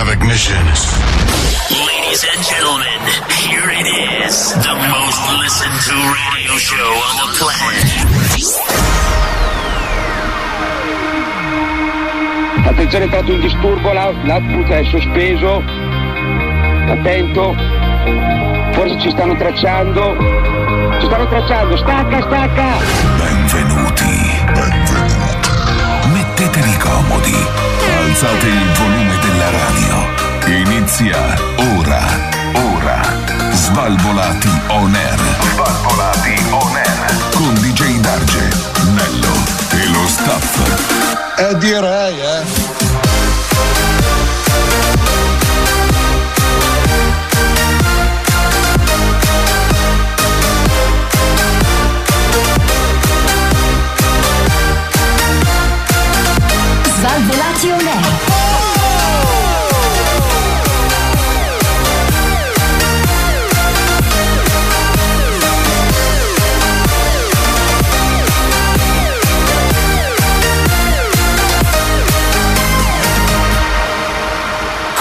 ignitions. Ladies and gentlemen, here it is, the most listened to radio show on the planet. Attenzione, è entrato un disturbo, la- l'output è sospeso. Attento. Forse ci stanno tracciando. Ci stanno tracciando. Stacca, stacca! Benvenuti. Benvenuti. Mettetevi comodi. Alzate il volume della radio. Inizia ora. Ora. Svalvolati on air. Svalvolati on air. Con DJ Darge, Nello e lo staff. Eh direi, eh. Svalvolati on air.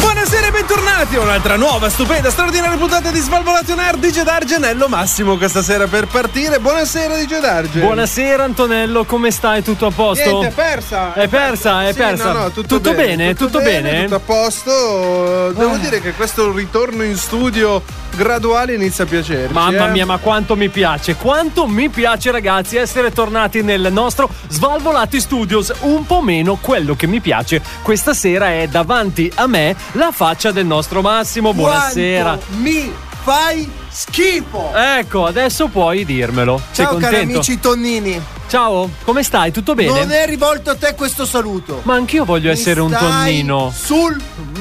Buonasera e bentornati a un'altra nuova, stupenda, straordinaria puntata di Svalvolati On Air DJ Darge Nello Massimo questa sera per partire. Buonasera DJ Darge. Buonasera Antonello, come stai? Tutto a posto? Niente, è persa. È persa, è Sì, persa. no, no, tutto, bene, Ah. tutto, bene, tutto a posto. Devo dire che questo ritorno in studio graduale inizia a piacerci. Mamma eh. mia, ma quanto mi piace, quanto mi piace ragazzi essere tornati nel nostro Svalvolati Studios. Un po' meno quello che mi piace questa sera è davanti a me la faccia del nostro Massimo. Buonasera. Quanto Mi fai schifo. Ecco, adesso puoi dirmelo. Sei Ciao cari contento? amici tonnini. Ciao, come stai? Tutto bene? Non è rivolto a te questo saluto. Ma anch'io voglio Mi essere un stai tonnino. Sul.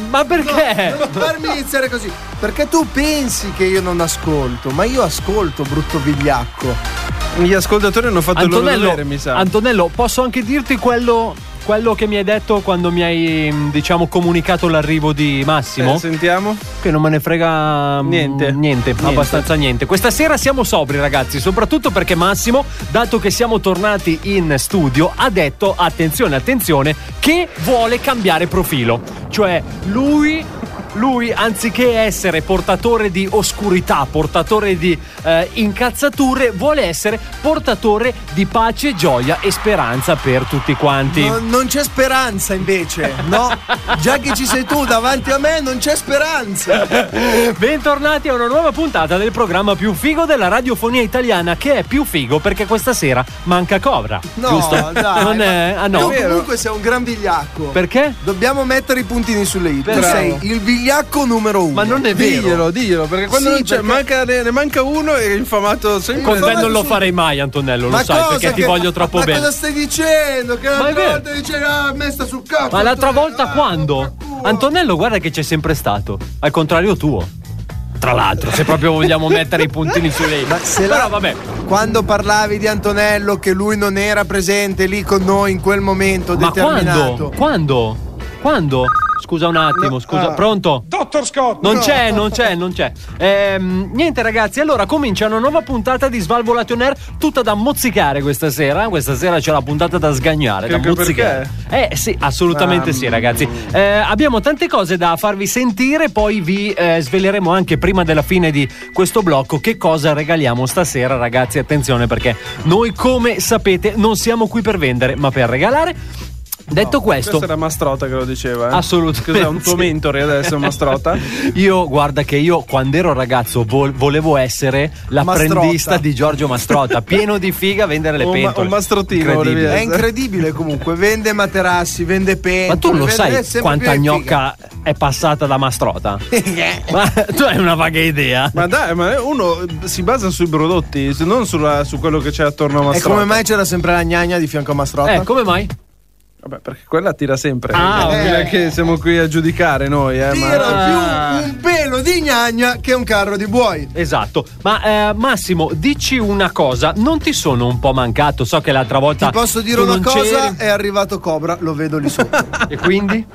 Ma perché? No, non farmi iniziare così. Perché tu pensi che io non ascolto, ma io ascolto, brutto vigliacco. Gli ascoltatori hanno fatto il loro dovere, mi sa. Antonello, posso anche dirti quello, quello che mi hai detto quando mi hai, mh, diciamo, comunicato l'arrivo di Massimo? Eh, sentiamo. Che non me ne frega mh, Niente. niente, abbastanza niente. Questa sera siamo sobri, ragazzi, soprattutto perché Massimo, dato che siamo tornati in studio, ha detto: attenzione, attenzione, che vuole cambiare profilo. Cioè, lui. Lui, anziché essere portatore di oscurità, portatore di eh, incazzature, vuole essere portatore di pace, gioia e speranza per tutti quanti. No, non c'è speranza invece, no? Già che ci sei tu davanti a me, non c'è speranza. Bentornati a una nuova puntata del programma più figo della radiofonia italiana che è più figo perché questa sera manca Cobra. No, giusto? dai. non è... Ah no. Tu comunque sei un gran vigliacco. Perché? Dobbiamo mettere i puntini sulle i. Tu Bravo. sei il vigliacco numero uno. Ma non è vero. Diglielo, diglielo, perché quando Sì, non c'è, perché- manca- ne, ne manca uno e è infamato sempre. Con te Infamato non lo su- farei mai Antonello, Ma lo sai, cosa perché ti che- voglio troppo ma bene. cosa stai dicendo? Che Ma è l'altra vero. volta dicevi ah, me sta sul cazzo. Ma l'altra Antonello, volta ah, quando? porca culo. Antonello guarda che c'è sempre stato, al contrario tuo. Tra l'altro, se proprio vogliamo mettere i puntini su lei. Ma se la- Però vabbè. Quando parlavi di Antonello che lui non era presente lì con noi in quel momento Ma determinato. quando? Quando? Quando? Scusa un attimo, scusa, pronto? Dottor Scott. Non c'è, non c'è, non c'è. Ehm, niente, ragazzi, allora comincia una nuova puntata di Svalvolation Air, tutta da mozzicare questa sera. Questa sera c'è la puntata da sgagnare, da Anche mozzicare. Eh sì, assolutamente sì, ragazzi. Eh, abbiamo tante cose da farvi sentire, poi vi eh, sveleremo anche prima della fine di questo blocco che cosa regaliamo stasera, ragazzi. Attenzione perché noi, come sapete, non siamo qui per vendere, ma per regalare. Detto questo, Questa era Mastrota che lo diceva. Eh. Assolutamente. Cos'è un tuo mentore adesso, Mastrota? Io, guarda che io quando ero ragazzo vol- volevo essere l'apprendista Mastrotta. di Giorgio Mastrotta, pieno di figa a vendere le Un ma- pentole. un mastrotino Incredibile. volevi È essere. incredibile comunque, vende materassi, vende pentole. Ma tu lo vende- è sai sempre quanta più Eh, in figa. gnocca è passata da Mastrota? ma tu hai una vaga idea. Ma dai, ma uno eh, si basa sui prodotti, non sulla- su quello che c'è attorno a E Mastrota. come mai c'era sempre la gnagna di fianco a Mastrotta? Eh, come mai? Vabbè, perché quella tira sempre. Ah, Eh, non è che siamo qui a giudicare noi, eh. Ma... Tira più un pelo di gnagna che un carro di buoi. Esatto. Ma eh, Massimo, dici una cosa, non ti sono un po' mancato? So che l'altra volta Ti posso dire tu una non cosa? c'eri. È arrivato Cobra, lo vedo lì sopra. e quindi?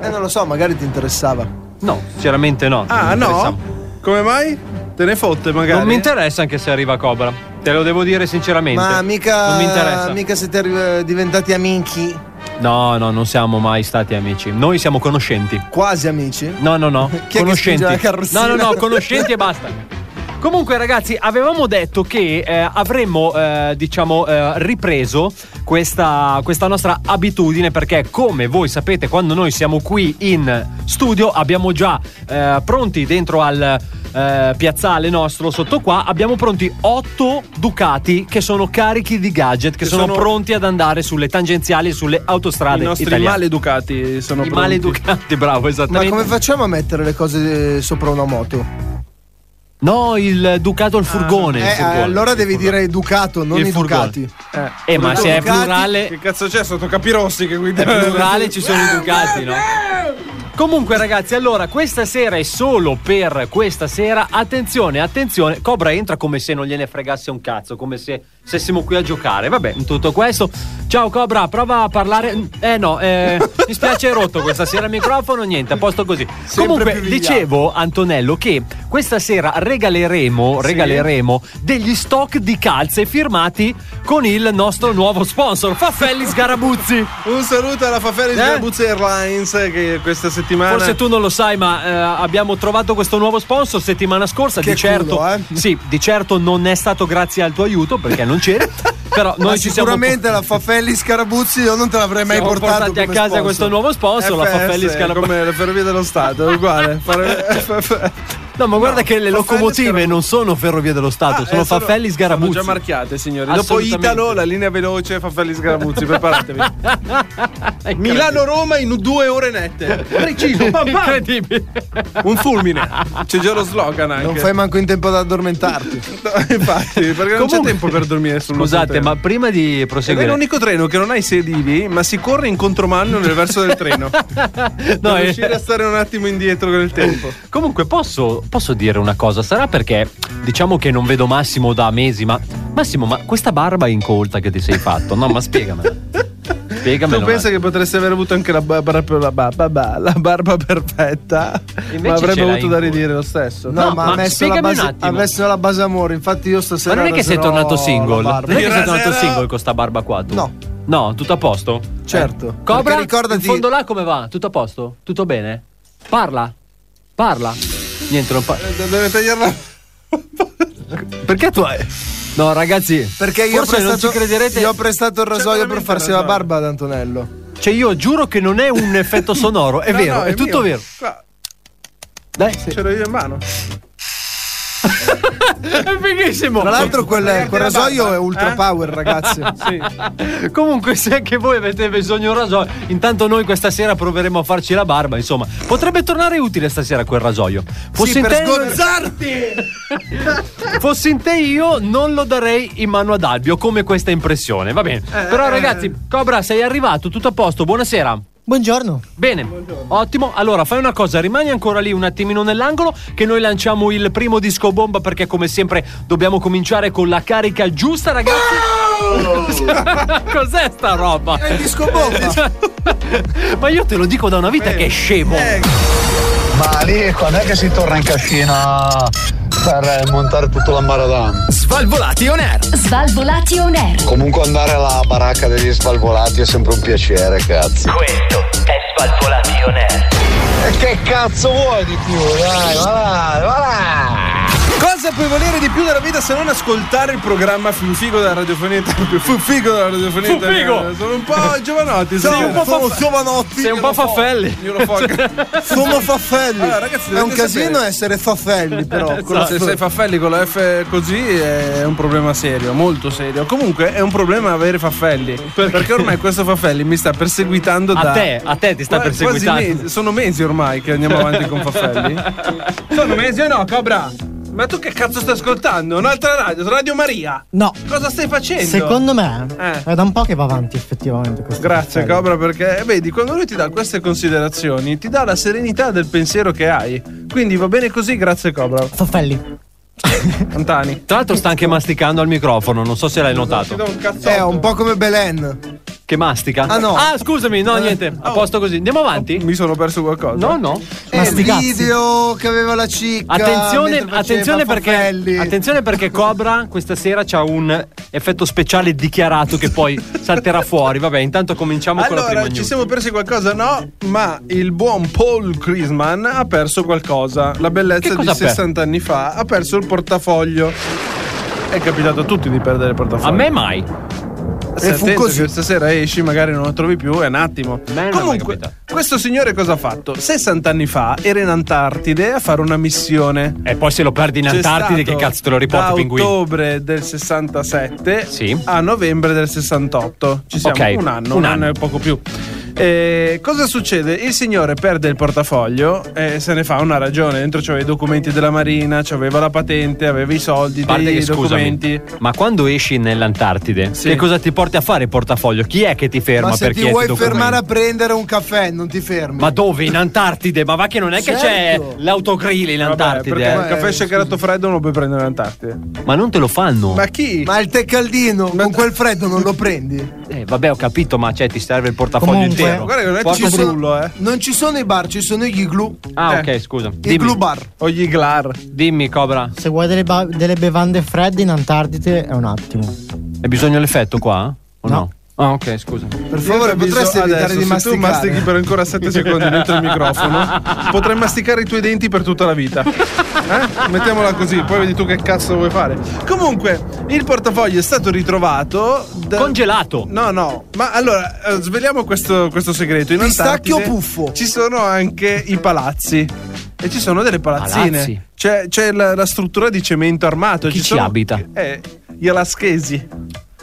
eh, non lo so, magari ti interessava. No, sinceramente no. Ah, Non mi interessava. no? Come mai? Te ne fotte magari? Non mi interessa anche se arriva Cobra. Te lo devo dire sinceramente. Ma mica. Non mi interessa. Mica siete arri- diventati amici. No, no, non siamo mai stati amici. Noi siamo conoscenti. Quasi amici. No, no, no. Chi è che conoscenti. spinge la carrozzina? no, no, no, conoscenti e basta. Comunque, ragazzi, avevamo detto che eh, avremmo, eh, diciamo, eh, ripreso questa, questa nostra abitudine perché, come voi sapete, quando noi siamo qui in studio, abbiamo già eh, pronti dentro al eh, piazzale nostro sotto qua, abbiamo pronti otto Ducati che sono carichi di gadget, che, Che sono, sono- pronti ad andare sulle tangenziali e sulle autostrade I nostri italiane. maleducati sono I pronti. maleducati, bravo, Ma esattamente. come facciamo a mettere le cose eh, sopra una moto? No, il Ducato il furgone. il Eh, furgone, allora Ah, il devi furgone. dire educato, non Il furgone. educati. Eh, ma se è Ducati- plurale, Che cazzo c'è sotto Capirossi che guida? Eh, è plurale ci sono i Ducati, no? Comunque ragazzi, allora questa sera è solo per questa sera. Attenzione, attenzione, Cobra entra come se non gliene fregasse un cazzo, come se stessimo qui a giocare. Vabbè, in tutto questo. Ciao Cobra, prova a parlare. Eh no, eh, mi spiace è rotto questa sera il microfono, niente, a posto così. Comunque, più vigliacco. dicevo Antonello che questa sera regaleremo, regaleremo degli stock di calze firmati con il nostro nuovo sponsor, Faffelli Sgarabuzzi. Un saluto alla Fafelli Eh? della Buzz Airlines che questa settimana Forse tu non lo sai, ma eh, abbiamo trovato questo nuovo sponsor settimana scorsa. Che di certo, culo, eh? sì, di certo non è stato grazie al tuo aiuto perché non c'eri. però Ma noi ci siamo. sicuramente la Fafelli Scarabuzzi io non te l'avrei mai siamo portato portati a come casa sponsor. questo nuovo sponsor, la FS, Faffelli Scalabuzzi. Eh, come le ferrovie dello Stato, è uguale. Eh, certo. Fare- eh, No, ma guarda che le Faffelli locomotive Sgarabuzzi. non sono ferrovie dello Stato, Ah, sono eh, Faffelli Sgarabuzzi. Sono già marchiate, signori. Dopo Assolutamente. Italo, la linea veloce, Faffelli Sgarabuzzi, preparatevi. Milano-Roma in due ore nette. Preciso, Ah, pam, eh, pam. Incredibile. Un fulmine. C'è già lo slogan anche. Non fai manco in tempo ad addormentarti. No, infatti, perché non c'è Comunque- tempo per dormire sul Scusate, treno. ma prima di Ed è proseguire. l'unico treno che Eh, non ha i sedili, ma si corre in contromanno nel verso del treno. No, per eh, riuscire a stare un attimo indietro con il tempo. Comunque posso, posso dire una cosa, sarà perché diciamo che non vedo Massimo da mesi, ma Massimo, ma questa barba incolta che ti sei fatto, no? Ma spiegamela. Spiegamela. Tu eh. pensa che potresti aver avuto anche la barba, la barba, ba- la barba perfetta, Invece ma ce avrebbe l'hai avuto in da culo. ridire lo stesso. No, No, ma, ma ha, messo la spiegami un base, attimo. ha messo la base amore. Infatti, io stasera. ma non è che sei raserò tornato la single? Non barba. è che sei Raserò- tornato single con sta barba qua tu? No. No, tutto a posto? Certo. Eh, Cobra, Perché ricordati- in fondo là come va? Tutto a posto? Tutto bene? Parla. Parla. Niente, non parla. Do- Deve tagliarla. Perché tu hai... No, ragazzi, Perché io ho, forse non ci prestato, crederete. io ho prestato il rasoio per veramente farsi il la rasoio. barba ad Antonello. Cioè, io giuro che non è un effetto sonoro, è No, vero, no, è, tutto mio. vero. Qua, Dai, ce l'ho io in mano. è fighissimo. Tra l'altro, quel, Tagliati quel la rasoio barba, è ultra eh? power, ragazzi. Sì. Comunque, se anche voi avete bisogno di un rasoio, intanto noi questa sera proveremo a farci la barba. Insomma, potrebbe tornare utile stasera quel rasoio. Fossi, Sì, in, per te, sgonzarti! fossi in te io, non lo darei in mano ad Albio, come questa impressione. Va bene. Eh, Però, ragazzi, Cobra, sei arrivato, tutto a posto, buonasera. Buongiorno. Bene, ottimo. Allora fai una cosa, rimani ancora lì un attimino nell'angolo che noi lanciamo il primo disco bomba perché come sempre dobbiamo cominciare con la carica giusta, ragazzi. Cos'è sta roba? È il disco bomba. Esatto. Ma io te lo dico da una vita che è scemo. Eh. Ma lì quando è che si torna in cascina per eh, montare tutto l'ambaradan? Svalvolati on air. Svalvolati on air. Comunque andare alla baracca degli svalvolati è sempre un piacere, cazzo. Questo è Svalvolati On Air. E che cazzo vuoi di più? Dai, va là, va là! Cosa puoi volere di più dalla vita se non ascoltare il programma più figo della radiofonia italiana? Più figo della radiofonia Fu figo! italiana. Sono un po' giovanotti. Sì, sono un po' sono fa- giovanotti. Sei un po' faffelli. Io lo fo- Sono faffelli. Allora, Ah, ragazzi, è un dovete casino sapere- essere faffelli, però. con la Se F. sei faffelli con la F così è un problema serio, molto serio. Comunque è un problema avere faffelli. Perché, ormai questo faffelli mi sta perseguitando A da. te, a te ti sta Qua- quasi perseguitando. mesi- sono mesi ormai che andiamo avanti con Faffelli. sono mesi o no, Cobra? Ma tu che cazzo stai ascoltando? Un'altra radio, Radio Maria. No. Cosa stai facendo? Secondo me Eh. è da un po' che va avanti effettivamente questo Grazie castello. Cobra perché eh, vedi quando lui ti dà queste considerazioni ti dà la serenità del pensiero che hai quindi va bene così grazie Cobra Faffelli. Antani Tra l'altro sta anche masticando al microfono, non so se l'hai notato. Eh, ti do un cazzotto È un po' come Belen. Che mastica? Ah, no. Ah, scusami, no, niente. A posto così. Andiamo avanti? Eh. Oh, Mi sono perso qualcosa. No, no. E il video che aveva la cicca. Attenzione, mentre faceva attenzione, perché, Faffelli. attenzione perché Cobra questa sera c'ha un effetto speciale dichiarato che poi salterà fuori. Vabbè, intanto cominciamo con la Allora, prima ci news. siamo persi qualcosa? No, ma il buon Paul Chrisman ha perso qualcosa. La Che bellezza cosa di ha perso? 60 anni fa ha perso il portafoglio. È capitato a tutti di perdere il portafoglio. A me mai. Stai E fu attento così. che stasera esci, magari non lo trovi più, è un attimo. Me non è mai Comunque, capitato. questo signore cosa ha fatto? 60 anni fa era in Antartide a fare una missione. E poi se lo perdi in C'è Antartide, che stato cazzo te lo riporti, da pinguino? ottobre del 67 Sì. a novembre del 68. Ci siamo Ok, un anno, un un, anno anno. e poco più. Eh, cosa succede? Il signore perde il portafoglio e se ne fa una ragione. Dentro c'aveva i documenti della Marina, c'aveva la patente, aveva i soldi, A parte dei che documenti. scusami, ma quando esci nell'Antartide, Sì. che cosa ti porti a fare il portafoglio? Chi è che ti ferma Ma se per ti vuoi chiedere fermare a prendere un caffè, non ti fermi. Ma dove? In Antartide? Ma va che non è che Certo. c'è l'autogrill in Vabbè, Antartide? perché eh? un caffè shakerato freddo non lo puoi prendere in Antartide. Ma non te lo fanno. Ma chi? Ma il tè caldino con quel freddo non lo prendi? Eh, vabbè, ho capito, ma cioè ti serve il portafoglio Comunque- intero. eh, Guarda che non è che Porta ci brullo. brullo, eh. Non ci sono i bar, ci sono gli igloo. Ah, Eh. ok, scusa. I Dimmi, Igloo bar. O gli glar. dimmi, Cobra. Se vuoi delle, ba- delle bevande fredde in Antartide è un attimo. Hai bisogno l'effetto qua? O no? No. Ah, ok, scusa. Per favore, potresti evitare adesso, di se tu mastichi masticare. per ancora 7 secondi dentro il microfono, potrai masticare i tuoi denti per tutta la vita. Eh? Mettiamola così, poi vedi tu che cazzo vuoi fare. Comunque, il portafoglio è stato ritrovato. da- Congelato. No, no, ma allora eh, sveliamo questo, questo segreto. In Pistacchio Antartide puffo. Ci sono anche i palazzi. E ci sono delle palazzine. Palazzi. C'è, c'è la, la struttura di cemento armato. Chi ci sono- abita? Eh, gli alaschesi.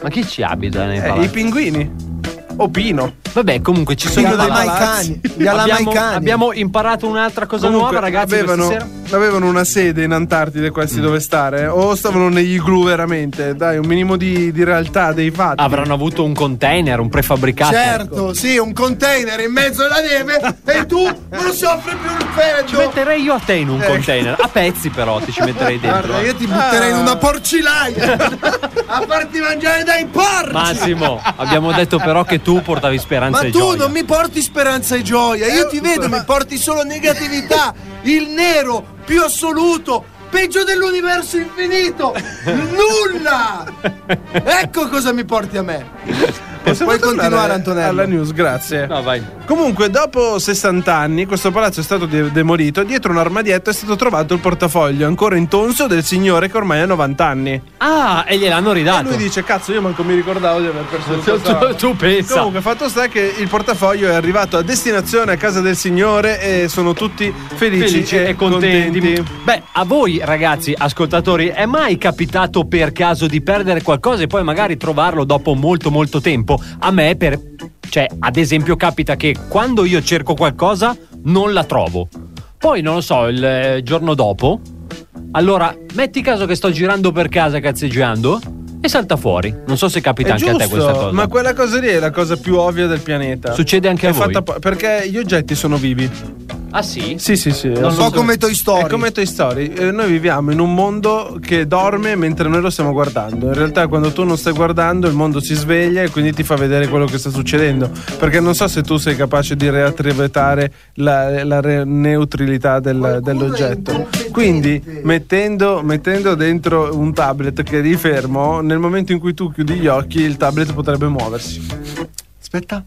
Ma chi ci abita nei Eh, palazzi? I pinguini. O Pino. Vabbè, comunque ci Gli sono i palazzi. alamaicani. Gli Abbiamo, alamaicani. abbiamo imparato un'altra cosa Comunque, nuova, ragazzi, Mm. questa avevano, sera. avevano una sede in Antartide questi dove stare o stavano negli igloo veramente dai un minimo di, di realtà dei fatti Avranno avuto un container, un prefabbricato. Certo, sì, un container in mezzo alla neve e tu non soffri più il Ci freddo. metterei io a te in Eh. un container. A pezzi, però, ti ci metterei dentro. Guarda, eh. io ti butterei in una porcilaia a farti mangiare dai porci. Massimo, abbiamo detto però che tu portavi Ma speranza tu e gioia. non mi porti speranza e gioia, Eh, io ti vedo, mi porti solo negatività, il nero più assoluto, peggio dell'universo infinito, nulla! Ecco cosa mi porti a me. Possiamo puoi tornare continuare, Antonello? alla news grazie No, vai. comunque dopo 60 anni questo palazzo è stato de- demolito dietro un armadietto è stato trovato il portafoglio ancora intonso del signore che ormai ha 90 anni Ah, e gliel'hanno e ridato. lui dice cazzo io manco mi ricordavo di aver perso il Tu- tu, portafoglio tu pensa. Comunque, fatto sta che il portafoglio è arrivato a destinazione a casa del signore e sono tutti felici, Felici eh, e, contenti. Beh, a voi ragazzi, ascoltatori, è mai capitato per caso di perdere qualcosa e poi magari trovarlo dopo molto molto tempo? A me per cioè, ad esempio capita che quando io cerco qualcosa non la trovo. Poi non lo so, il eh, giorno dopo allora, metti caso che sto girando per casa cazzeggiando e salta fuori. Non so se È capita anche a te giusto, questa cosa. ma quella cosa lì è la cosa più ovvia del pianeta. Succede anche È a voi? fatta po- perché gli oggetti sono vivi. Ah sì? Sì, sì, sì. Un po' come Toy Story. È come Toy Story. Eh, noi viviamo in un mondo che dorme mentre noi lo stiamo guardando. In realtà, quando tu non stai guardando, il mondo si sveglia e quindi ti fa vedere quello che sta succedendo. Perché non so se tu sei capace di riattrivetare la, la re- neutralità del- dell'oggetto. Quindi, mettendo, mettendo dentro un tablet che è lì fermo, nel momento in cui tu chiudi gli occhi, il tablet potrebbe muoversi. Aspetta,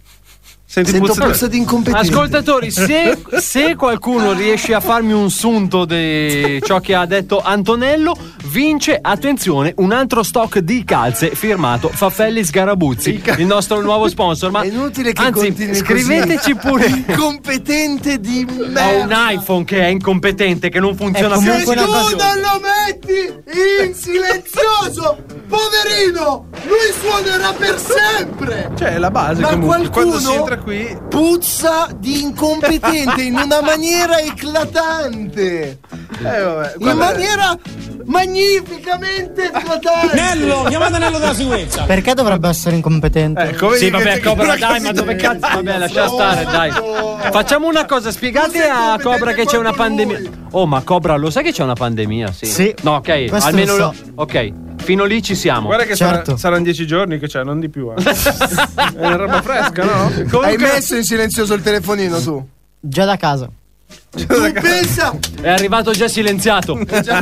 Senti sento puzza- puzza di incompetente. Ascoltatori, se, se qualcuno riesce a farmi un sunto di ciò che ha detto Antonello, vince, attenzione, un altro stock di calze firmato Faffelli Sgarabuzzi, il nostro nuovo sponsor. Ma È inutile che anzi, continui così. scriveteci pure. Incompetente di Ho un merda. iPhone che è incompetente, che non funziona È più. Se tu comunque una non lo metti in silenzioso, poverino, lui suonerà per sempre. Cioè, è la base Ma comunque. Quando si qualcuno- entra qui, puzza di incompetente in una maniera eclatante. eh, vabbè, In guarda- maniera magnificamente eclatante. Perché dovrebbe essere incompetente? Ecco, vedi che Sì, vabbè, c'è Cobra, chi- dai, ma dove cazzo? Vabbè, lascia stare, dai. Ecco. Facciamo una cosa, spiegate sei a Cobra che c'è una competente pandemia. quanto Oh, ma Cobra, lo sai che c'è una pandemia? Sì. Sì. No, ok, Questo almeno lo lo. so. Ok. Fino lì ci siamo. Guarda che Certo. sarà- saranno dieci giorni che c'è, non di più. eh. È una roba fresca, no? Hai Comunque, messo in silenzioso il telefonino tu? Già da casa. Eh, Tu pensa! È arrivato già silenziato.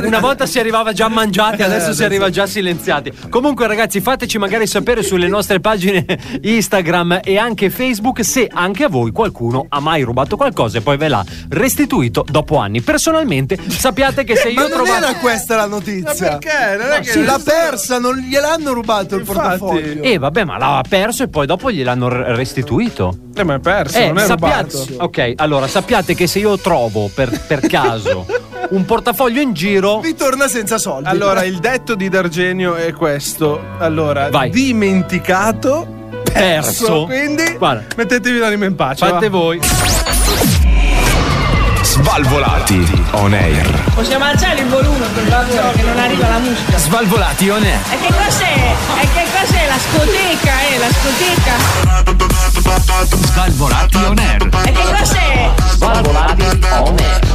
Una volta si arrivava già mangiati, adesso Eh, si arriva già silenziati. Comunque, ragazzi, fateci magari sapere sulle nostre pagine Instagram e anche Facebook se anche a voi qualcuno ha mai rubato qualcosa e poi ve l'ha restituito dopo anni. Personalmente, sappiate che se Ma io non era trovavo. questa la notizia! perché? Non è che L'ha persa, non gliel'hanno rubato il Infatti. portafoglio. Eh, vabbè, ma l'ha perso e poi dopo gliel'hanno r- restituito. Eh, ma è perso, non è sappiate, rubato. ok, allora sappiate che se io trovo per, per caso un portafoglio in giro, Mi torna senza soldi. Allora, il detto di D'Argenio è questo. Allora, Vai. dimenticato. perso. Quindi Guarda. mettetevi l'anima in pace. Fate va. voi. Svalvolati on air. Possiamo alzare il volume per favore che non arriva la musica. Svalvolati on air. E che cos'è? E che cos'è la scoteca? Eh, la scoteca? Svalvolati on air. E che cos'è?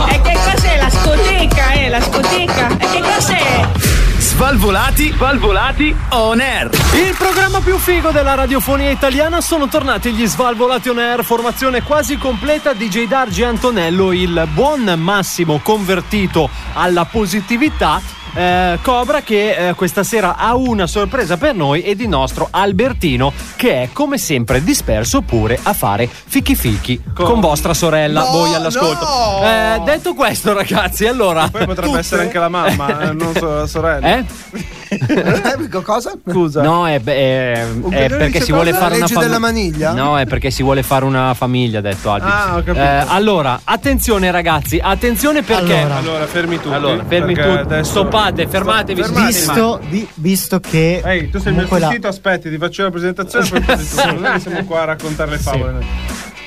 E che cos'è la scoteca? Eh, la scoteca? E che cos'è? Svalvolati, svalvolati on air. Il programma più figo della radiofonia italiana sono tornati gli Svalvolati on Air, formazione quasi completa DJ Dargi Antonello, il buon Massimo convertito alla positività. eh, Cobra che eh, questa sera ha una sorpresa per noi e di nostro Albertino che è come sempre disperso pure a fare fichi fichi con, vostra sorella No, voi all'ascolto. no! Eh, detto questo ragazzi allora... Poi potrebbe Tutte? essere anche la mamma, eh, non so, la sorella. Eh? Eh, cosa? Scusa. No, è, è- è coglione perché dice si vuole cosa? fare una Legge della maniglia? No, è perché si vuole fare una famiglia, ha detto Albi. Ah, ho capito. allora, attenzione ragazzi, attenzione perché Allora. Allora, fermi tutti. Allora, fermi perché tutti. adesso- Stoppate, fermatevi, Sto- fermatevi. Visto, vi- visto che. Ehi, tu sei il mio comunque la- assistito, aspetti, ti faccio la presentazione poi presenti tu. Non è che siamo qua a raccontare le favole. noi.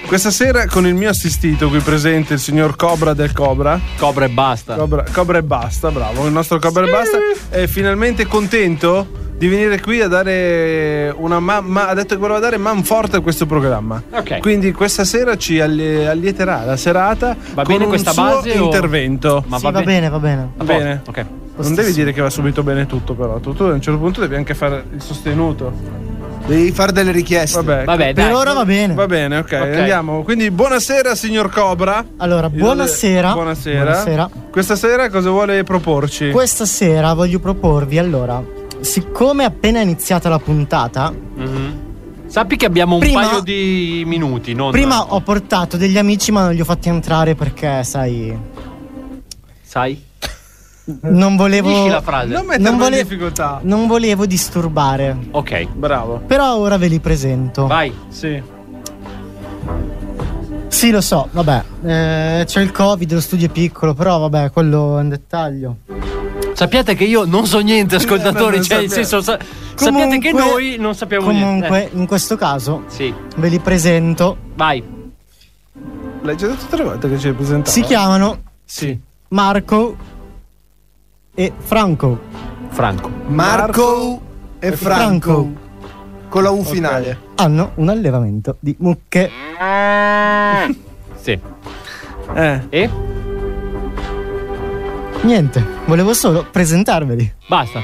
Questa sera con il mio assistito qui presente, il signor Cobra del Cobra. cobra e basta. Cobra, Cobra e basta, bravo. Il nostro Cobra e basta è finalmente contento di venire qui a dare una ma- ma- ha detto che voleva dare man forte a questo programma. Ok. Quindi questa sera ci allie- allieterà la serata Va con bene un questa suo base o- intervento. Ma Sì, va, bene, va bene. Va bene. Ok. Non devi dire che va subito bene tutto però, tu, tu a un certo punto devi anche fare il sostenuto. Devi fare delle richieste. Vabbè. Vabbè, Per dai. ora va bene. Va bene, ok, Ok. andiamo. Quindi buonasera signor Cobra. Allora, buonasera. Buonasera. Buonasera. Questa sera cosa vuole proporci? Questa sera voglio proporvi, allora, siccome è appena iniziata la puntata, Mhm. Sappi che abbiamo un Prima- paio di minuti, non prima ho portato degli amici ma non li ho fatti entrare perché, sai, sai? non volevo... Dici la frase. Non metterlo non, vole- in difficoltà. non volevo disturbare. Ok. Bravo. Però ora ve li presento. Vai. Sì. Sì, lo so, vabbè. eh, c'è il Covid, lo studio è piccolo, però vabbè, quello è un dettaglio. Sappiate che io non so niente, ascoltatori, non cioè, nel sappiamo. senso sa- sappiate che noi non sappiamo Comunque, niente. in questo caso, Eh, Sì, ve li presento. vai. L'hai già detto tre volte che ci hai presentato. Si chiamano Sì. Marco e Franco. Franco. Marco e Franco. Con la U finale. Hanno un allevamento di mucche. Sì. Eh. E Niente, volevo solo presentarveli. basta.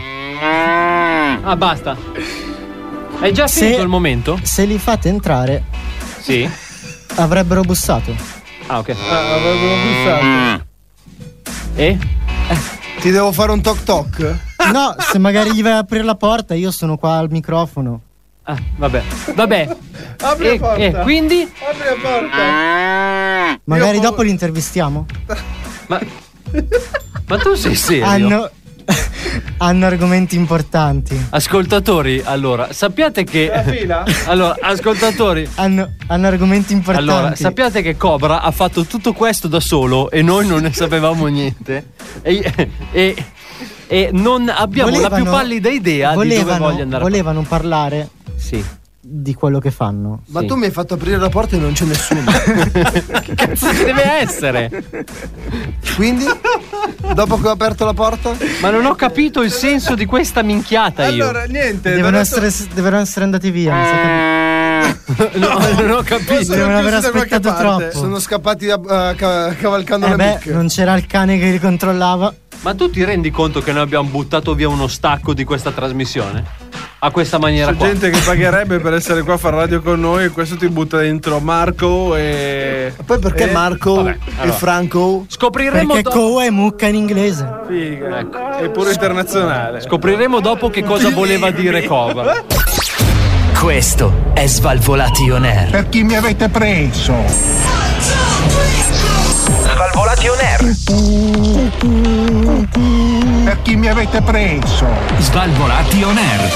Ah, basta. È già Se- finito il momento? Se li fate entrare, Sì. avrebbero bussato. Ah, ok. Ah, avevo pensato. E? Ti devo fare un toc toc? No, se magari gli vai a aprire la porta, io sono qua al microfono. Ah, vabbè. Vabbè. Apri e, la porta. e quindi? Apri la porta. Magari Io- dopo li intervistiamo. Ma, ma tu sei serio? Hanno, hanno argomenti importanti. Ascoltatori, allora, sappiate che... La fila? Allora, ascoltatori... Hanno, hanno argomenti importanti. Allora, sappiate che Cobra ha fatto tutto questo da solo e noi non ne sapevamo niente. E, e- e non abbiamo la più pallida idea di dove volevano- voglia andare. Volevano parlare Sì. di quello che fanno. Ma Sì. tu mi hai fatto aprire la porta e non c'è nessuno. Che cazzo deve essere? Quindi, dopo che ho aperto la porta, Ma non ho capito il senso di questa minchiata io. Allora, niente. Devono, non è- essere, devono essere andati via. mi sa che- No, non ho Eh, Sono capito. devono aver chiusi da qualche aspettato parte. troppo. sono scappati da- eh, ca- cavalcando Eh la beh, mucca. non c'era il cane che li controllava. Ma tu ti rendi conto che noi abbiamo buttato via uno stacco di questa trasmissione? A questa maniera C'è qua. gente che pagherebbe per essere qua a fare radio con noi e questo ti butta dentro Marco e... Poi perché Eh, Marco e Franco? Scopriremo Perché co è mucca in inglese. Figa. Eppure internazionale. Scopriremo dopo che cosa voleva dire Cova. Questo è Svalvolati On Air. Per chi mi avete preso? Svalvolati On Air. Per chi mi avete preso? Svalvolati on air.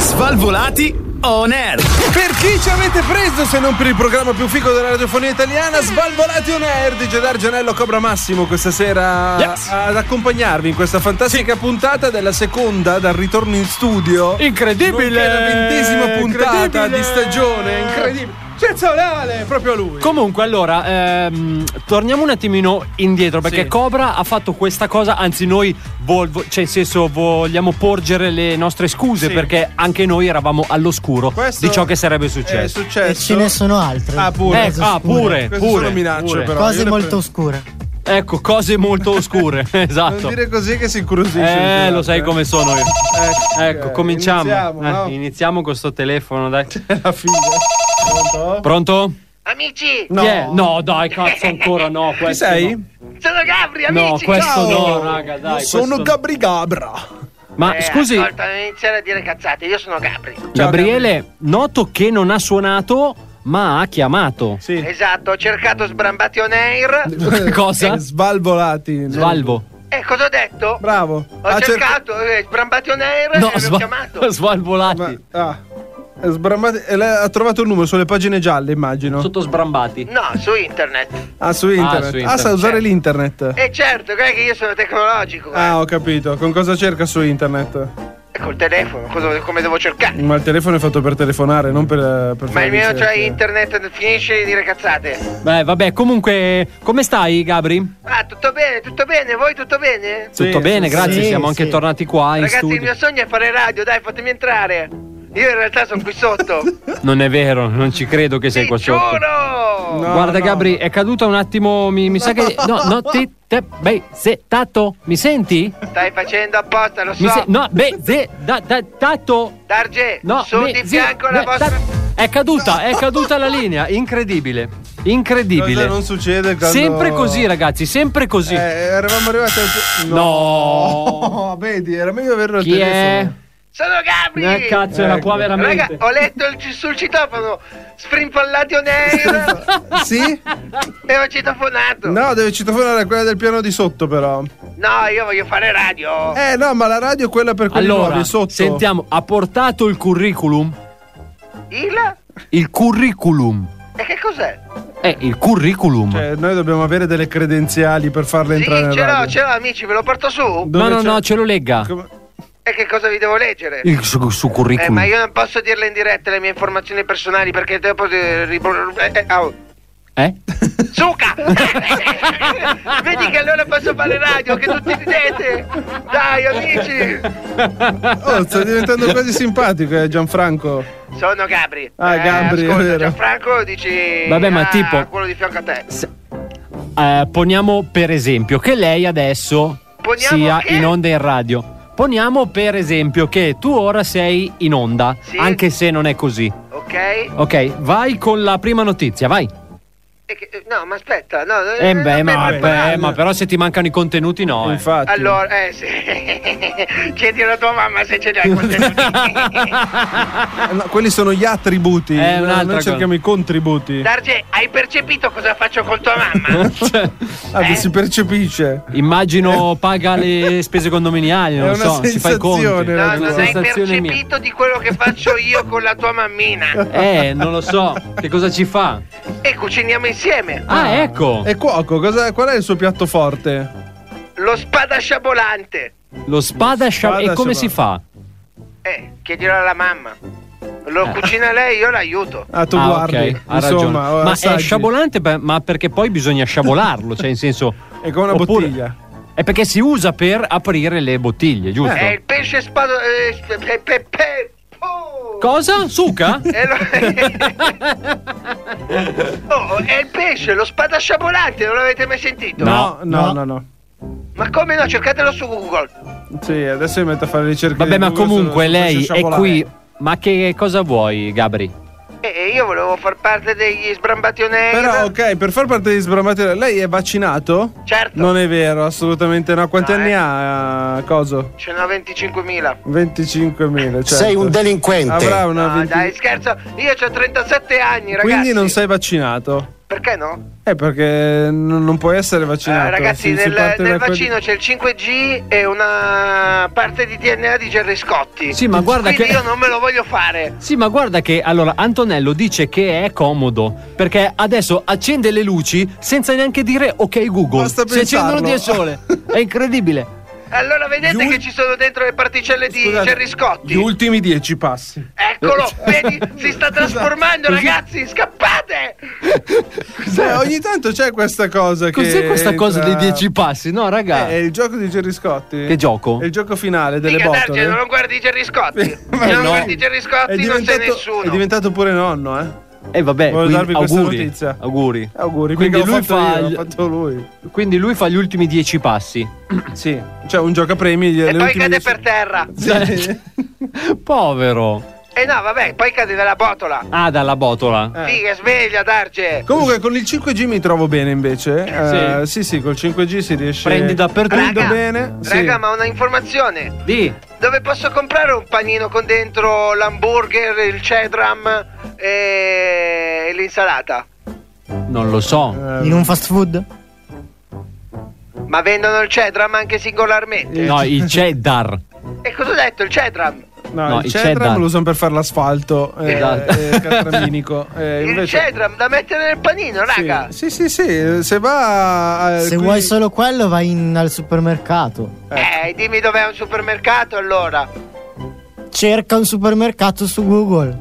Svalvolati on air. Per chi ci avete preso se non per il programma più figo della radiofonia italiana, Svalvolati on Air di Gedar Gianello Cobra Massimo questa sera Yes. ad accompagnarvi in questa fantastica puntata della seconda dal ritorno in studio. Incredibile! Nonché la ventesima puntata Incredibile! di stagione, incredibile. Eccezionale, proprio lui. Comunque, allora, ehm, torniamo un attimino indietro perché Sì. Cobra ha fatto questa cosa, anzi noi, vol- vo- cioè in senso, vogliamo porgere le nostre scuse Sì. perché anche noi eravamo all'oscuro di ciò che sarebbe È successo. E successo. ce ne sono altre. Eh, Ah, pure. Mezzo ah, scure. pure, Queste pure, sono minacce, pure. però. Io Cose le molto pre- oscure. Ecco, cose molto oscure, esatto. Non dire così che si incuriosisce. Eh, Eh, lo sai come sono io. ecco, cominciamo. iniziamo, Eh, no? iniziamo con sto telefono, dai. La figa. Pronto? Pronto? Amici! No. no, dai, cazzo, ancora no. Questo no. Sono Gabri, No, amici! questo ciao. no, raga, dai. questo no. Gabri Gabra. Ma Eh, scusi, Ascolta, non iniziare a dire cazzate, io sono Gabri. Gabriele, noto che non ha suonato, ma ha chiamato. Esatto, ho cercato sbrambati on air. Cosa? Eh, Svalvolati. Svalvo. E cosa ho detto? Bravo. Ho cercato eh, sbrambati on air No, e l'ho sva- chiamato. svalvolati. Ah. è sbrambati- e lei ha trovato il numero sulle pagine gialle, immagino. Sotto sbrambati. No, su internet. Ah, su internet. Ah, su internet. sa usare l'internet. E certo, guarda che io sono tecnologico. Ah, ho capito. Con cosa cerca su internet? eh, Col telefono, cosa- come devo cercare? Ma il telefono è fatto per telefonare, non per. per Ma fare il mio, ricerche. cioè, internet, finisce di dire cazzate. Beh, vabbè, comunque, come stai, Gabri? Ah, tutto bene, tutto bene, voi tutto bene? Tutto bene, grazie. Siamo anche tornati qua in Ragazzi, il studio. mio sogno è fare radio, dai, fatemi entrare. Io in realtà sono qui sotto. Non è vero, non ci credo che sei qua sotto. Giuro! Guarda, Gabri, è caduta un attimo. Mi, mi sa che. No, no, ti. Te, beh, se, Tatto, mi senti? Stai facendo apposta, lo Mi so. se- no, beh, ze, da, da, Tatto. Darge, No, su me- di zia- fianco la no, vostra. ta- è caduta, è caduta la linea, incredibile. Incredibile. Cosa non succede quando- Sempre così, ragazzi, sempre così. Eh, eravamo arrivati al. No. vedi, era meglio averlo al Chi è? telefono. Sono Gabri! Eh, cazzo, era qua Ecco. veramente. Raga, ho letto il, sul citofono Sprimpallati on air Sì? e ho citofonato. No, deve citofonare quella del piano di sotto, però. No, io voglio fare radio. Eh, no, ma la radio è quella per quelli Allora, nuovi, sotto. sentiamo, ha portato il curriculum? Il? Il curriculum. E che cos'è? Eh, il curriculum. Cioè, noi dobbiamo avere delle credenziali per farle Sì, entrare in ce l'ho, radio. ce l'ho, amici, ve lo porto su. no, no, no, ce lo legga. E che cosa vi devo leggere? Il suo, suo curriculum. Eh, ma io non posso dirle in diretta le mie informazioni personali perché dopo. eh, ripro- eh, eh, au. Eh? Suca! Vedi che allora posso fare radio, che tutti ridete! Dai, amici! Oh, sta diventando quasi simpatico, eh, Gianfranco. Sono Gabri. Ah, Eh, Gabri, è ascolta, vero. Gianfranco dici. Vabbè, ma ah, tipo- Quello di fianco a te. Eh, poniamo per esempio che lei adesso Poniamo sia che? in onda in radio. Poniamo per esempio che tu ora sei in onda, anche se non è così. Ok? Ok, vai con la prima notizia, vai. E Eh, che- no, ma aspetta, no. no, Eh no, beh, no, ma, no, beh, no, no. ma però se ti mancano i contenuti no. eh. Allora, eh sì. Chiedi alla tua mamma se ce li hai Eh, no, quelli sono gli attributi. Eh, No, un'altra Noi cosa. cerchiamo i contributi. Darge, hai percepito cosa faccio con tua mamma? Ah, si percepisce. Cioè, Immagino paga le spese condominiali, non È lo una so, si fa i conti. sensazione, No, non raga. hai sensazione mia. percepito di quello che faccio io con la tua mammina. Eh, non lo so, che cosa ci fa? E cuciniamo insieme. Ah, ecco. E cuoco, cosa- qual è il suo piatto forte? Lo spada sciabolante. Lo spada, sciab- e come si fa? Eh. Eh, chiedilo alla mamma. Lo cucina lei, io l'aiuto. Ah, tu Ah, guardi. ok, ha Insomma, oh, ragione. Ma è assaggi. sciabolante, per- ma perché poi bisogna sciabolarlo, cioè in senso. È come una oppure- bottiglia. È perché si usa per aprire le bottiglie, giusto? È il pesce spado. eh, sp- pe- pe- pe- Cosa? Suca? eh, oh, lo- oh, è il pesce, lo spada sciabolante, non l'avete mai sentito? No, no, no, no. Ma come no? Cercatelo su Google. Sì, adesso mi metto a fare ricerche. Vabbè, di ma Google comunque su- su lei pesce è sciabolare. qui. Ma che cosa vuoi, Gabri? E e Eh, io volevo far parte degli sbrambati on air. Però, ok, per far parte degli sbramati, lei è vaccinato? Certo. Non è vero, assolutamente no. Quanti anni ha? eh, Coso? Ce n'ho 25.000. 25.000. certo. Sei un delinquente. Avrà una no, 20 dai, scherzo. Io ho 37 anni, ragazzi. Quindi non sei vaccinato. Perché no? Eh, perché non, non puoi essere vaccinato. Eh, ragazzi, Si- si nel, parte nel da quel- vaccino c'è il 5G e una parte di DNA di Gerry Scotti. Sì, ma guarda Quindi che- io non me lo voglio fare. Sì, ma guarda che allora Antonello dice che è comodo perché adesso accende le luci senza neanche dire ok Google. Basta si accendono pensarlo. da sole. È incredibile. Allora vedete che ci sono dentro le particelle di Gerry Scotti. Gli ultimi 10 passi. Eccolo, Eh, vedi, si Esatto. sta trasformando, ragazzi, scappate! Cioè, ogni tanto c'è questa cosa che. Eh, Cos'è questa cosa dei dieci passi? No, raga. È il gioco di Gerry Scotti. Che gioco? È il gioco finale delle Mica botole. Darge, non guardi Gerry Scotti. Ma Se non no. guardi Gerry Scotti, non sei nessuno. È diventato pure nonno, eh. E vabbè, Volevo quindi darvi questa auguri, notizia. Eh, auguri. Auguri, Quindi mica l'ho lui, fatto fa io, gli- l'ha fatto lui. quindi lui fa gli ultimi dieci passi. Sì, cioè un giocapremi. gli- E le poi ultime cade dieci- per terra. Povero. E no, vabbè, poi cade dalla botola. Ah, dalla botola. Eh. Figa, sveglia, Darge. Comunque con il 5G mi trovo bene invece. Eh, sì. sì, col 5G si riesce. Prendi dappertutto. Prendo Eh, Raga, bene. sì. Raga, ma una informazione. Di. Dove posso comprare un panino con dentro l'hamburger, il cedram e l'insalata? Non lo so. In un fast food? Ma vendono il cedram anche singolarmente? No, il cheddar. E cosa ho detto, il cedram? No, No, il il Cetram Cetram. lo usano per fare l'asfalto. Eh, Esatto. eh, Catraminico. Eh, Il invece- cedram da mettere nel panino, raga. Sì, sì, sì, se va. eh, Se qui- vuoi solo quello, vai in- al supermercato. Eh, dimmi dov'è un supermercato allora. Cerca un supermercato su Google.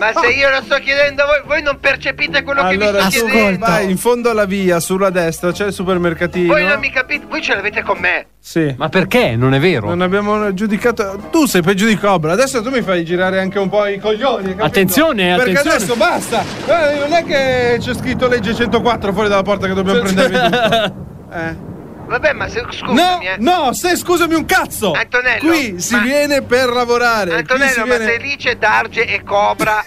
Ma se io lo sto chiedendo a voi, voi non percepite quello Allora, che vi sto su- chiedendo. vai in fondo alla via, sulla destra c'è il supermercatino. Voi non mi capite, voi ce l'avete con me. Sì. Ma perché? Non è vero. Non abbiamo giudicato. Tu sei peggio di Cobra. Adesso tu mi fai girare anche un po' i coglioni. capito? Attenzione, Perché attenzione. adesso basta. Eh, non è che c'è scritto legge 104 fuori dalla porta che dobbiamo prendervi tutto. Eh. Vabbè, ma se, scusami, No, eh. no, se scusami un cazzo. Antonello, Qui si ma- viene per lavorare. qui si Antonello, ma viene- se lì c'è Darge e Cobra,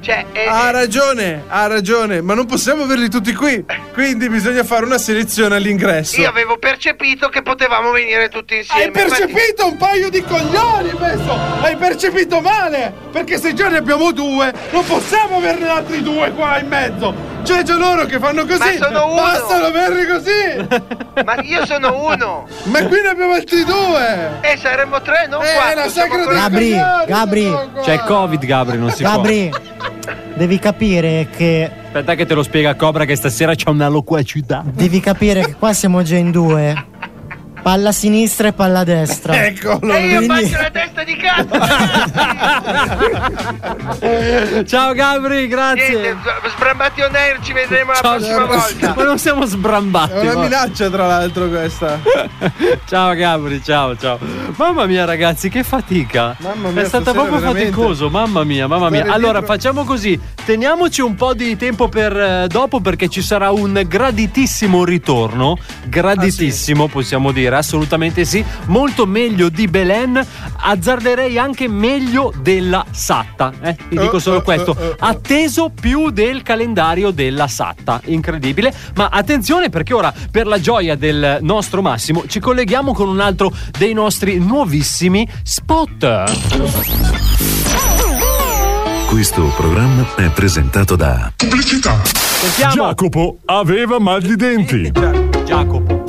cioè... è- Ha è- ragione, ha ragione, ma non possiamo averli tutti qui. Quindi bisogna fare una selezione all'ingresso. Io avevo percepito che potevamo venire tutti insieme. Hai percepito un paio di coglioni, penso! Hai percepito male! Perché se già ne abbiamo due, non possiamo averne altri due qua in mezzo! Cioè, C'è già loro che fanno così! Ma sono uno. Bastano averli così! Infatti- Ma io sono uno! Ma qui ne abbiamo altri due! E saremmo tre, non Eh, quattro! la siamo sacra con- Gabri, Gabri, C'è il Covid, Gabri, non si Gabri, può. devi capire che Aspetta che te lo spiega Cobra che stasera c'è una loquacità. Devi capire che qua siamo già in due. Palla sinistra e palla destra. Eccolo! E io Quindi- faccio la testa di cazzo! Ciao Gabri, grazie. Niente, s- sbrambati on air, ci vedremo la Ciao, prossima volta! Ma non siamo sbrambati. È una ma- minaccia, tra l'altro, questa. Ciao Gabri, ciao ciao. Mamma mia ragazzi, che fatica. Mamma mia, È stato stasera proprio veramente. faticoso, mamma mia, mamma mia. Stare Allora dietro- facciamo così, teniamoci un po' di tempo per eh, dopo perché ci sarà un graditissimo ritorno, graditissimo Ah, possiamo dire, assolutamente sì, molto meglio di Belen, azzarderei anche meglio della Satta, eh? vi Eh, dico eh, solo questo, eh, eh, eh. atteso più del calendario della Satta, incredibile, ma attenzione perché ora per la gioia del nostro Massimo ci colleghiamo con un altro dei nostri nuovissimi spot. Questo programma è presentato da Pubblicità. Sentiamo. certo. Jacopo aveva mal di denti. Jacopo.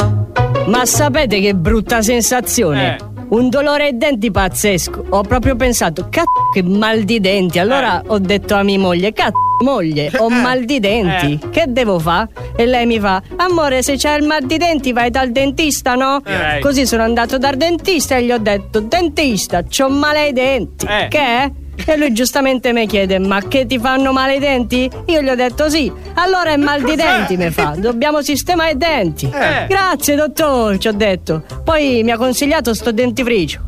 Ma sapete che brutta sensazione? Eh. Un dolore ai denti pazzesco. Ho proprio pensato, cazzo che mal di denti. Allora Eh. ho detto a mia moglie, cazzo moglie, ho mal di denti. Eh. Che devo fare? E lei mi fa, amore se c'è il mal di denti vai dal dentista, no? Eh. Così sono andato dal dentista e gli ho detto, dentista, c'ho male ai denti. Eh. Che è? E lui giustamente mi chiede: Ma che ti fanno male i denti? Io gli ho detto sì. Allora è mal di denti, mi fa. Dobbiamo sistemare i denti. Eh. Grazie, dottor, ci ho detto. Poi mi ha consigliato sto dentifricio.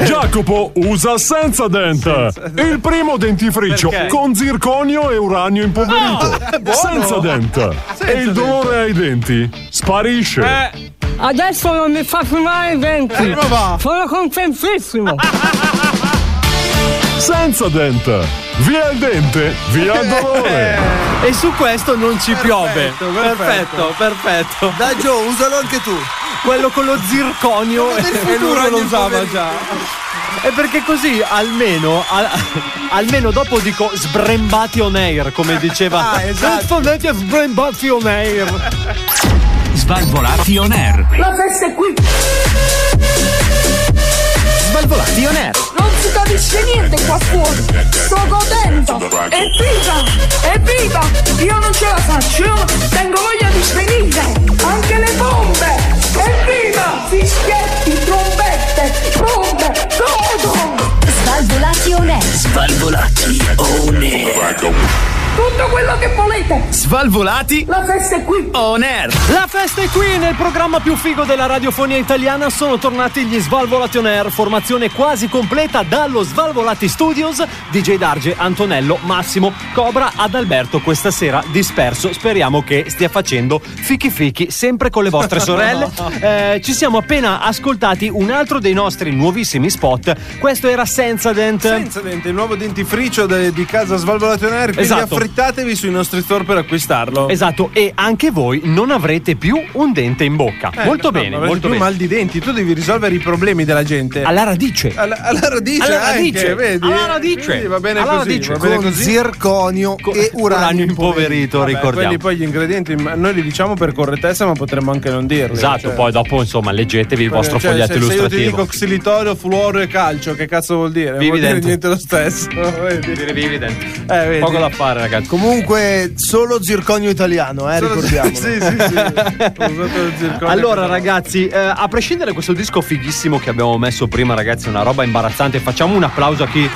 Jacopo usa senza dente. Il primo dentifricio Perché? con zirconio e uranio impoverito. Ah, buono. senza dente. Senza Eh. e il dolore ai denti sparisce. Adesso non mi fa fumare i denti. Sono contentissimo. Senza dente. Via il dente, via Eh. il dolore. E su questo non ci piove. perfetto. Perfetto, perfetto. Dai Gio, usalo anche tu. Quello con lo zirconio Quello del e futuro l'uranio lo usava impoverito. E perché così almeno, al- almeno dopo dico sbrembati on air, come diceva. Ah, esatto. Non fate sbrembati on air. Svalvolati on air. La festa è qui! Svalvolati on air. Non si capisce niente qua fuori! Sto godendo! Evviva! Evviva! Io non ce la faccio! Io tengo voglia di svenire! Anche le bombe! Evviva! Fischietti, trombette, bombe! Godo! Svalvolati on air. Svalvolati on air! Tutto quello che volete! Svalvolati. La festa è qui! On air. La festa è qui nel programma più figo della radiofonia italiana sono tornati gli Svalvolati On Air, formazione quasi completa dallo Svalvolati Studios, DJ Darge, Antonello, Massimo, Cobra, Adalberto questa sera disperso, speriamo che stia facendo fichi fichi sempre con le vostre sorelle. Eh, ci siamo appena ascoltati un altro dei nostri nuovissimi spot, questo era Senza Dent. Senza dente, il nuovo dentifricio de- di casa Svalvolato on Air, quindi Esatto. affrettatevi sui nostri store per acquistarlo. Esatto, e anche voi non avrete più un dente in bocca. Eh, molto no, bene, non avete molto più bene. mal di denti, tu devi risolvere i problemi della gente. Alla radice. Alla, alla radice, Alla anche, radice. vedi? Alla radice. Quindi va bene Alla così, radice. va bene Con così. zirconio e uranio impoverito, Vabbè, ricordiamo. Quelli poi gli ingredienti, ma noi li diciamo per correttezza, ma potremmo anche non dirli. Esatto, cioè. poi dopo insomma leggetevi il Cioè, vostro cioè, foglietto se, se io ti illustrativo. dico xilitorio, fluoro e calcio, che cazzo vuol dire? Non Vivi vuol dire dentro. niente lo stesso. vedi? Eh, vedi. Poco da fare, ragazzi. Comunque, solo zirconio italiano, eh, ricordiamo. Sì, sì, sì. Ho usato il zirconio. Allora, ragazzi, eh, a prescindere da questo disco fighissimo che abbiamo messo prima, ragazzi, una roba imbarazzante, facciamo un applauso a chi.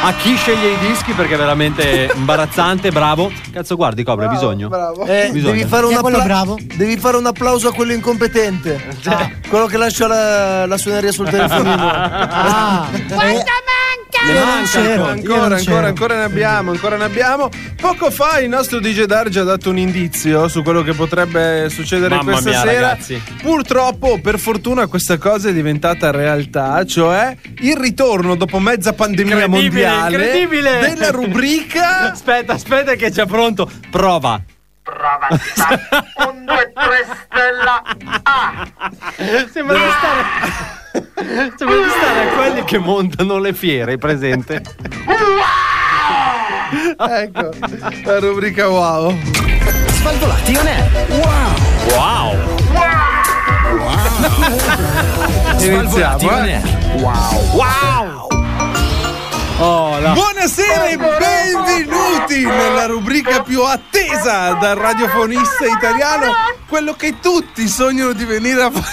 A chi sceglie i dischi perché è veramente imbarazzante, bravo. Cazzo, guardi, Cobra, hai bisogno. Eh, Bisogna. devi, fare un Chi è quello appla- bravo? devi fare un applauso a quello incompetente. Ah, quello che lascia la, la suoneria sul telefonino. Ah, Eh, Quanta Ne manca! manca ancora, ancora, ancora, ancora ne abbiamo, ancora ne abbiamo. Poco fa il nostro DJ Darge ha dato un indizio su quello che potrebbe succedere Mamma questa mia, sera. ragazzi. Purtroppo, per fortuna, questa cosa è diventata realtà, cioè il ritorno dopo mezza pandemia Incredibile, mondiale incredibile. della rubrica. Aspetta, aspetta, che è già pronto. Prova. Un, due, tre, stella! Ah! Sembra Cioè, di stare. Sembra di stare a quelli che montano le fiere, hai presente? ecco, la rubrica wow. Svalvolati on air. Wow. Wow. Svalvolati Iniziamo, on eh. Wow! Wow! Oh, la- Buonasera e benvenuti nella rubrica più attesa dal radiofonista italiano, quello che tutti sognano di venire a fare.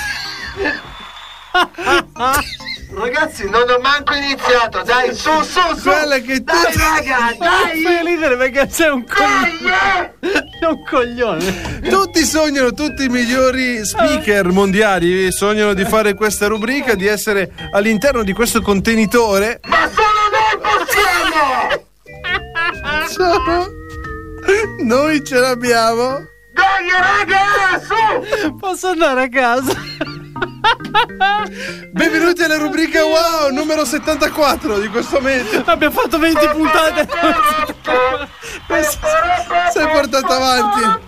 Ragazzi, non ho manco iniziato. Dai, su, su, su. Quella che dai, tu- raga, Non fai dai. ridere perché sei un coglione. eh! Sei un coglione. Tutti sognano, tutti i migliori speaker mondiali eh, sognano di fare questa rubrica, di essere all'interno di questo contenitore. Ma solo noi possiamo! Sono- Noi ce l'abbiamo. Dai, raga, su! Posso andare a casa? Benvenuti alla rubrica Wow numero 74 di questo mese. Abbiamo fatto 20 puntate. Sei portata avanti.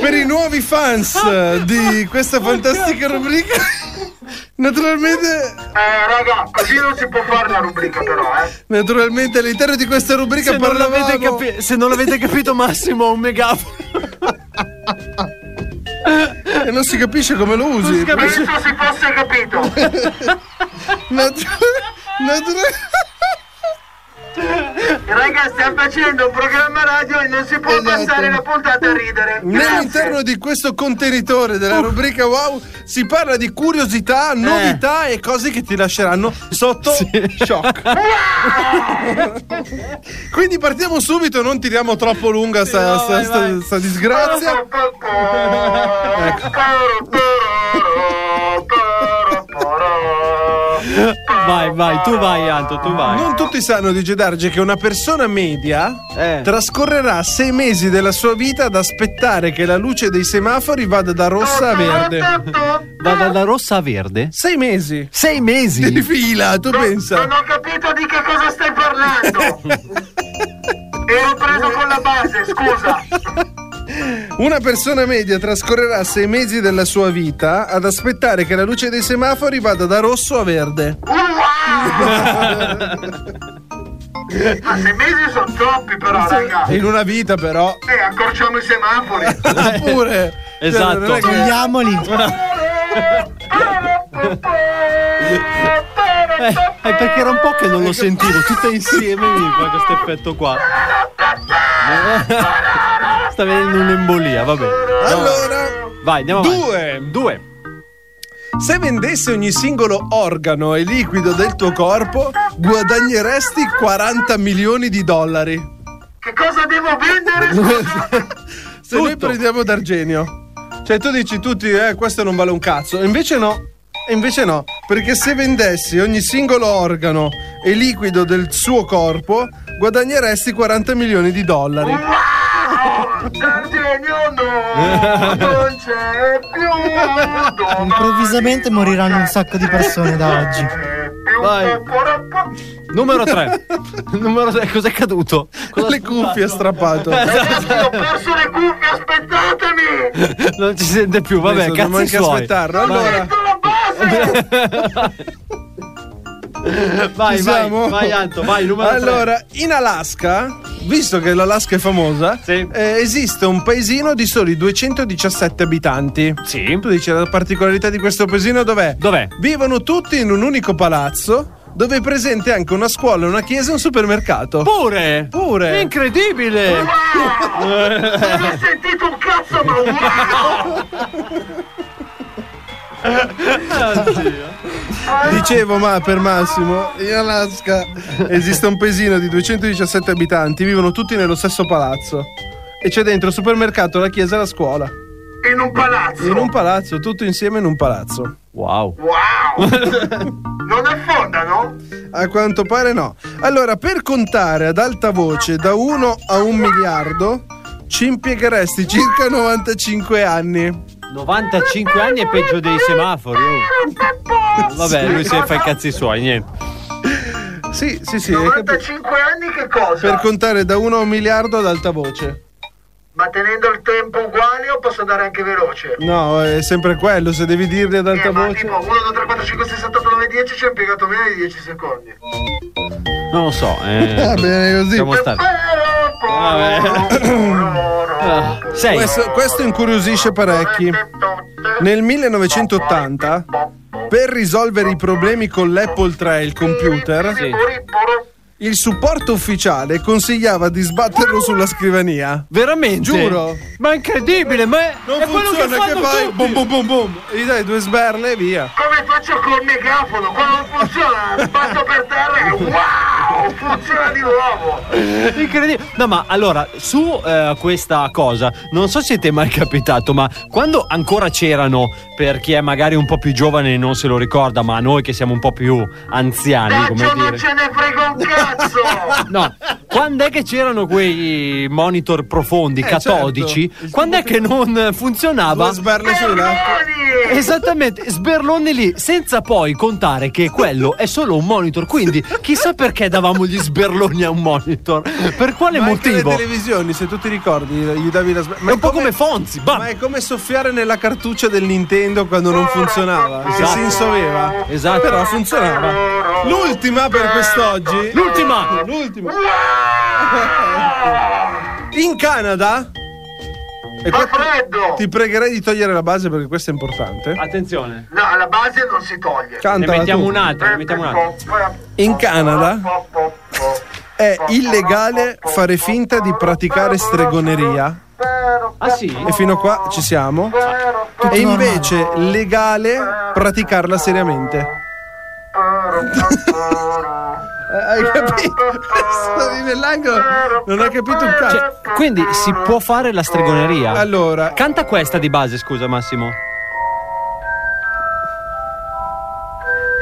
Per i nuovi fans eh, di questa fantastica rubrica, naturalmente, Eh, raga, così non si può fare la rubrica, però, eh. naturalmente all'interno di questa rubrica Se non, parlavamo. l'avete capi- se non l'avete capito, Massimo ha un megafono. E non si capisce come lo usi. Penso si fosse capito. Natu- natu- Raga, stiamo facendo un programma radio e non si può passare la puntata a ridere. Nell'interno di questo contenitore della rubrica Wow si parla di curiosità, novità e cose che ti lasceranno sotto shock. Quindi partiamo subito, non tiriamo troppo lunga sta, sta- sta- sta disgrazia. Ecco. Vai, vai, tu vai, Anto, tu vai. Non tutti sanno di Gedarge che una persona media trascorrerà sei mesi della sua vita ad aspettare che la luce dei semafori vada da rossa a verde. Vada da rossa a verde? Sei mesi. Sei mesi? Di fila, tu pensa. Non ho capito di che cosa stai parlando. Ero preso con la base, scusa. Una persona media trascorrerà sei mesi della sua vita ad aspettare che la luce dei semafori vada da rosso a verde. Ma sei mesi sono troppi però, raga. In una vita però. Eh, accorciamo i semafori. Pure. Cioè, Esatto. non è che- Togliamoli. Eh, è perché era un po' che non lo sentivo, tutte insieme mi fa questo effetto qua. Sta venendo un'embolia, vabbè. Allora, Vai, andiamo avanti. due. Due. Se vendessi ogni singolo organo e liquido del tuo corpo, guadagneresti 40 milioni di dollari. Che cosa devo vendere? Scusa. Se noi prendiamo d'argenio, cioè tu dici tutti, eh, questo non vale un cazzo, e invece no. E invece no, perché se vendessi ogni singolo organo e liquido del suo corpo, guadagneresti 40 milioni di dollari. Wow! D'Argenio no! Non c'è più! Improvvisamente moriranno un sacco di persone da oggi. Vai. Numero 3. Numero 3, cos'è caduto? Cosa Eh, le cuffie ha strappato. Ragazzi, ho perso le cuffie, aspettatemi! non ci sente più, vabbè, Adesso cazzo dobbiamo anche aspettarlo. Allora, Vai, Ci vai, siamo? vai Anto, vai, numero tre. Allora, in Alaska, visto che l'Alaska è famosa, eh, esiste un paesino di soli 217 abitanti. Sì. Tu dici la particolarità di questo paesino dov'è? Dov'è? Vivono tutti in un unico palazzo. Dove è presente anche una scuola, una chiesa e un supermercato. Pure! Pure! Incredibile! Non ho sentito un cazzo, ma wow! Dicevo, ma per Massimo, in Alaska esiste un paesino di 217 abitanti, vivono tutti nello stesso palazzo. E c'è dentro il supermercato, la chiesa e la scuola. In un palazzo! In un palazzo, tutto insieme in un palazzo. Wow. Wow! Non affondano? A quanto pare no. Allora, per contare ad alta voce da 1 a 1 miliardo, ci impiegheresti circa 95 anni. 95 anni è peggio dei semafori. oh. Vabbè, lui si fa i cazzi suoi, niente. Sì, sì, sì. hai capito? 95 anni che cosa? Per contare da 1 a 1 miliardo ad alta voce. Ma tenendo il tempo uguale o posso andare anche veloce? No, è sempre quello, se devi dirli ad alta Eh, ma voce. tipo 1, 2, 3, 4, 5, 6, 7, 8, 9, 10 ci ha impiegato meno di 10 secondi. Non lo so, eh. Va bene così. Siamo Eh, stati. Vabbè. Sei. Questo, questo incuriosisce parecchi. Nel 1980, per risolvere i problemi con l'Apple 3 e il computer, il supporto ufficiale consigliava di sbatterlo sulla scrivania. Veramente? Giuro. Ma è incredibile, ma è, Non è quello che funziona, che, fanno fai? tutti. Boom, boom, boom, boom. E gli dai due sberle e via. Come faccio col megafono? Quando non funziona, sbatto per terra e wow! Funziona di nuovo! Incredibile. No, ma allora, su eh, questa cosa, non so se ti è mai capitato, ma quando ancora c'erano, per chi è magari un po' più giovane e non se lo ricorda, ma noi che siamo un po' più anziani, come Taccio non dire. ce ne frega un cazzo! No, quando è che c'erano quei monitor profondi, Eh, catodici? certo. Quando è che non funzionava? Due sberle sulla. Berloni! Esattamente, sberloni lì, senza poi contare che quello è solo un monitor, quindi chissà perché davamo gli sberloni a un monitor, per quale Ma anche le motivo? televisioni, se tu ti ricordi, gli davi la sberla. È un po' come Fonzi, bam! Ma è come soffiare nella cartuccia del Nintendo quando non funzionava. Che Esatto. senso aveva? Esatto. Però funzionava. L'ultima per quest'oggi. L'ultima! L'ultima. In Canada. E Fa qua freddo! ti pregherei di togliere la base perché questo è importante. Attenzione, No, alla base non si toglie. ne Cantala mettiamo tu. un'altra, ne mettiamo un'altra. In Canada è illegale fare finta di praticare stregoneria. Ah sì? E fino a qua ci siamo. È invece legale praticarla seriamente. Eh, Hai capito? Questo lì nell'angolo non ha capito un cazzo. Cioè, quindi si può fare la stregoneria. Eh, allora, Canta questa di base, scusa Massimo.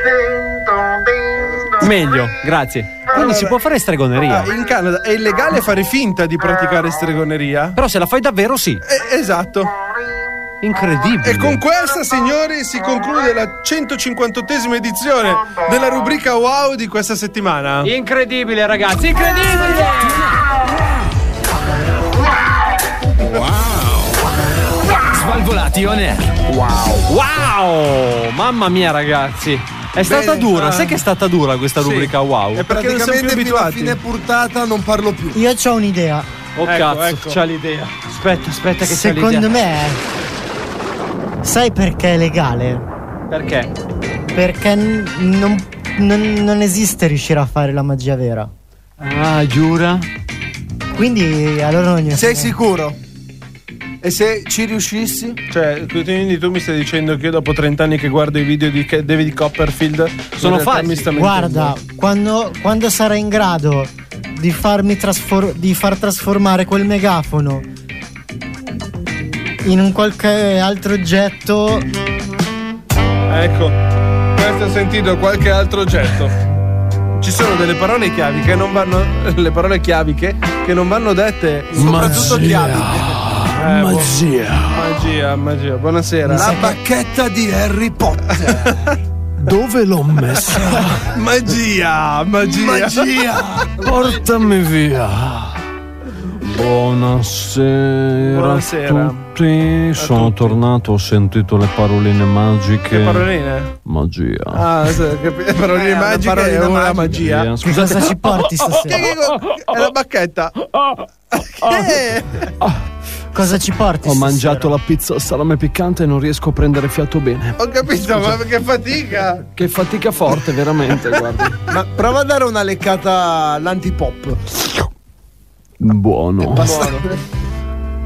Ding dong, ding Meglio, grazie. Quindi si può fare stregoneria. Ah, in Canada è illegale fare finta di praticare stregoneria? Però se la fai davvero sì. esatto. Incredibile. E con questa, signori, si conclude la 158esima edizione della rubrica Wow di questa settimana. Incredibile, ragazzi, incredibile! Svalvolati on air. Wow. Wow! Mamma mia, ragazzi. È stata Bene, dura, ah. sai che è stata dura questa Sì. rubrica wow? E perché praticamente fino a fine portata non parlo più. Io ho un'idea. Oh Ecco, cazzo, ecco. c'ha l'idea. Aspetta, aspetta che c'ha l'idea. Secondo me, sai perché è legale? Perché? Perché n- non, non- non esiste riuscire a fare la magia vera. Ah, giura? Quindi allora non gliene Sei frega. sicuro? E se ci riuscissi? Cioè, quindi tu mi stai dicendo che io dopo 30 anni che guardo i video di Ke- David Copperfield in realtà mi sta mentendo. Guarda, quando, quando sarai in grado di farmi trasfor- di far trasformare quel megafono in un qualche altro oggetto, Ecco, questo ho sentito qualche altro oggetto. Ci sono delle parole chiavi che non vanno. Le parole chiaviche che non vanno dette, soprattutto Magia. chiaviche. boh. Magia. Magia, magia. Buonasera. La bacchetta di Harry Potter. Dove l'ho messa? Ah, magia, magia. Magia. Portami via. Buonasera, Buonasera. a tutti. Sono tornato, ho sentito le paroline magiche. Che paroline? Magia. Ah, sì, che p- paroline Eh, magiche paroline è una magiche. magia. Via, scusate. Cosa ci porti stasera? Che- che- È la bacchetta. Eh, cosa ci porti? Ho mangiato la pizza al salame piccante e non riesco a prendere fiato bene. Ho capito, ma che fatica. Che fatica forte, veramente, guarda. Ma prova a dare una leccata all'antipop. Buono.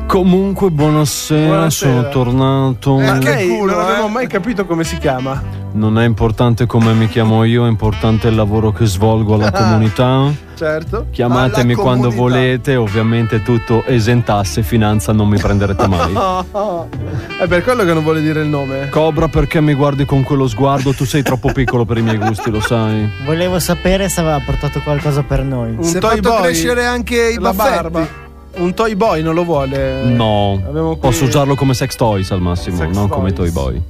Comunque, buonasera, Buonasera. Eh, sono tornato. Ma lei non abbiamo mai capito come si chiama. Non è importante come mi chiamo io, è importante il lavoro che svolgo alla comunità. Certo. Chiamatemi Ah. Alla quando comunità. volete, ovviamente tutto esentasse, finanza non mi prenderete mai. È per quello che non vuole dire il nome. Cobra, perché mi guardi con quello sguardo? Tu sei troppo piccolo per i miei gusti, lo sai. Volevo sapere se aveva portato qualcosa per noi. Un toy boy. La barba. Un toy boy non lo vuole. Abbiamo No, qui- posso usarlo come sex toys al massimo, non come toy boy.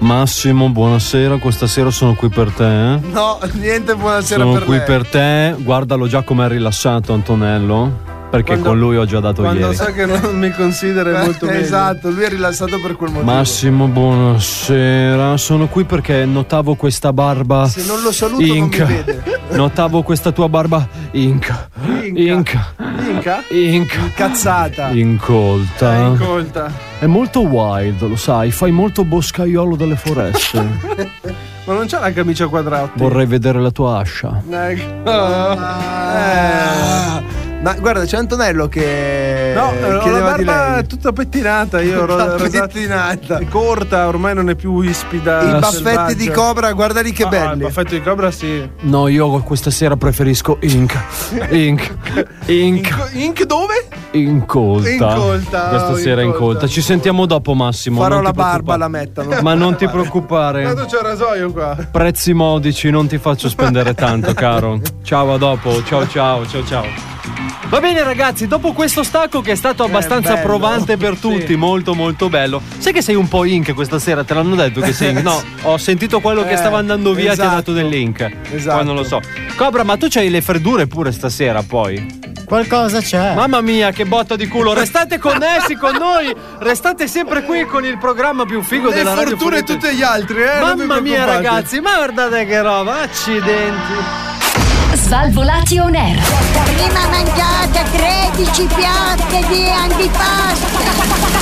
Massimo, buonasera, questa sera sono qui per te. eh. No, niente buonasera Sono per qui lei. per te, guardalo già com'è rilassato Antonello. Perché Quando- con lui ho già dato Quando ieri. sa che non mi considera Eh, molto bene. Esatto, lui è rilassato per quel motivo. Massimo, buonasera. Sono qui perché notavo questa barba. Se non lo saluto non mi inca. vede. Notavo questa tua barba inca. Inca. Inca? Inca. Incazzata. Eh, Incolta. Incolta. È molto wild, lo sai, fai molto boscaiolo delle foreste. Ma non c'ha la camicia quadrata. Vorrei vedere la tua ascia. Ecco. Ah. Ma guarda, c'è Antonello che. No, eh, che ho la leva di barba lei. tutta pettinata, io ero Tutta rosata- è corta, ormai non è più ispida. I baffetti selvaggia. di Cobra, guardali che Ah, belli. Il baffetto di Cobra sì. No, io questa sera preferisco Inca. Inca. Inca. Inc dove? Incolta. Incolta, oh, Questa sera incolta. incolta. Ci sentiamo dopo, Massimo. Farò non la ti preoccupare. barba, la mettano. Ma non ti preoccupare. Tanto c'è il rasoio qua. Prezzi modici, non ti faccio spendere tanto, caro. Ciao, a dopo. Ciao, ciao, ciao, ciao. Va bene ragazzi, dopo questo stacco che è stato abbastanza bello. provante per tutti, molto molto bello. Sai che sei un po' Inc questa sera, te l'hanno detto che sei Inc? No, ho sentito quello che Eh, stava andando via ti ha esatto. dato del link. Esatto. Poi non lo so. Cobra, ma tu c'hai le freddure pure stasera poi. Qualcosa c'è. Mamma mia, che botta di culo. Restate connessi con noi. Restate sempre qui con il programma più figo Le della radio. fortune Pulita. tutti gli altri, eh, non vi Mamma mia preoccupate. ragazzi, ma guardate che roba, accidenti. Svalvolati on air. Prima mangiate 13 piatte di antipasto.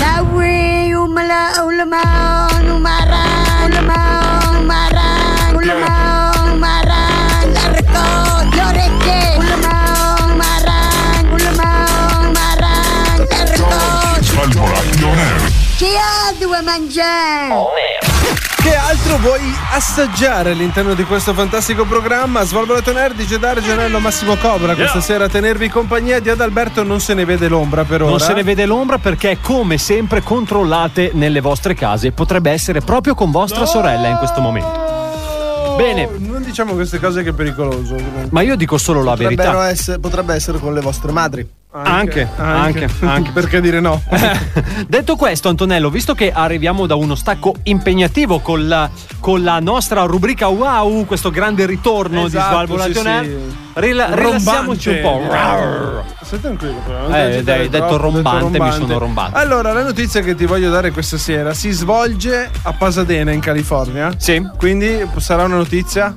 La um, ui, umla, ulman, umaran, ulman, umaran, ulman, umaran, l'arco, le orecchie, ulman, umaran, ulman, umaran, l'arco. Svalvolati on air. um, Chi ha due mangiare? Che altro vuoi assaggiare all'interno di questo fantastico programma? Svalvolato Nerd, DJ Dario, Gianello, Massimo Cobra. Questa sera a tenervi compagnia di Adalberto non se ne vede l'ombra per ora. Non se ne vede l'ombra perché come sempre controllate nelle vostre case, potrebbe essere proprio con vostra sorella in questo momento. Bene. Non diciamo queste cose che è pericoloso. comunque. Ma io dico solo la Potrebbero verità. essere- potrebbe essere con le vostre madri. Anche, anche, anche. Perché dire no? Detto questo, Antonello, visto che arriviamo da uno stacco impegnativo con la, con la nostra rubrica Wow, questo grande ritorno Esatto, di Svalvolation sì, Air, sì. rila- rilassiamoci un po'. Rombante. Stai tranquillo, però. non Eh, ti agitare dai, hai detto troppo, rombante, mi sono rombato. Allora, la notizia che ti voglio dare questa sera si svolge a Pasadena, in California. Sì. Quindi sarà una notizia?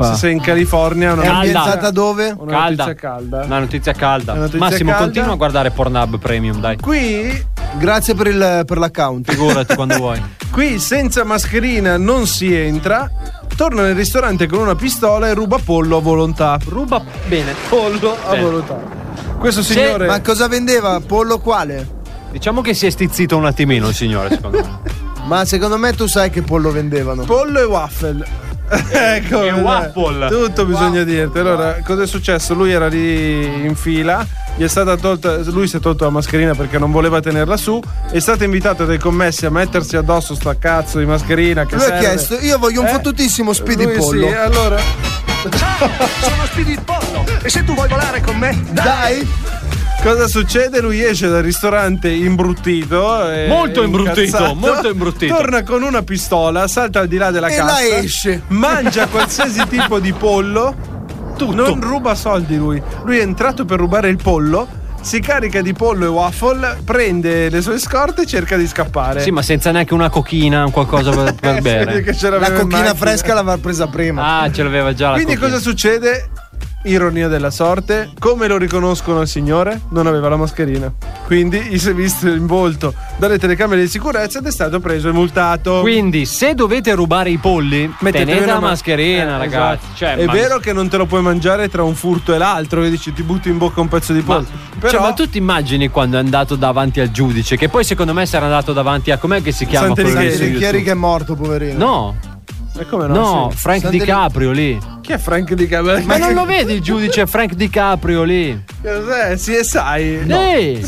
Se sei in California, una È notizia- ambientata dove? Una Calda. notizia calda. Una notizia calda. Una notizia Massimo, calda. continua a guardare Pornhub Premium, dai. Qui, Grazie per, il, per l'account. Figurati quando vuoi. qui senza mascherina non si entra. Torna nel ristorante con una pistola e ruba pollo a volontà. Ruba bene. Pollo a Bene. volontà. Questo Sì, signore. Ma cosa vendeva? Pollo quale? Diciamo che si è stizzito un attimino il signore, secondo me. Ma secondo me tu sai che pollo vendevano. Pollo e waffle. ecco, e dai. waffle. Tutto bisogna dirti. Allora, cosa è successo? Lui era lì in fila, gli è stata tolta, lui si è tolto la mascherina perché non voleva tenerla su, è stato invitato dai commessi a mettersi addosso sta cazzo di mascherina che Lui ha serve. chiesto, io voglio un Eh? fottutissimo speedy Lui pollo. Sì, allora Sono Speedy il pollo e se tu vuoi volare con me, Dai! cosa succede? Lui esce dal ristorante imbruttito e- Molto e imbruttito, incazzato, molto imbruttito. Torna con una pistola, salta al di là della E cassa la esce. mangia qualsiasi tipo di pollo. Non ruba soldi lui. Lui è entrato per rubare il pollo. Si carica di pollo e waffle, prende le sue scorte e cerca di scappare. Sì, ma senza neanche una cochina, un qualcosa per, per Eh, vedi bere. che ce l'aveva La in cocchina macchina. fresca l'aveva presa prima. Ah, ce l'aveva già la Quindi cochina. cosa succede? Ironia della sorte, come lo riconoscono il signore? Non aveva la mascherina. Quindi gli si è visto in volto dalle telecamere di sicurezza ed è stato preso e multato. Quindi, se dovete rubare i polli, Mettetevi tenete una la ma- mascherina, Eh, ragazzi. esatto. Cioè, è ma- vero che non te lo puoi mangiare tra un furto e l'altro, che dici ti butti in bocca un pezzo di Ma, pollo. cioè, Però ma tu ti immagini quando è andato davanti al giudice? Che poi secondo me sarà andato davanti a com'è che si chiama Sant'Elighieri. quello lì su Sì, YouTube? Chieri che è morto, poverino. No, E come no? no, Sì. Frank Sant'Elighieri. DiCaprio lì. Chi è Frank Di Cabello? Ma non lo vedi il giudice Frank DiCaprio lì? Cos'è? Cioè, Sì, e sai. Ehi,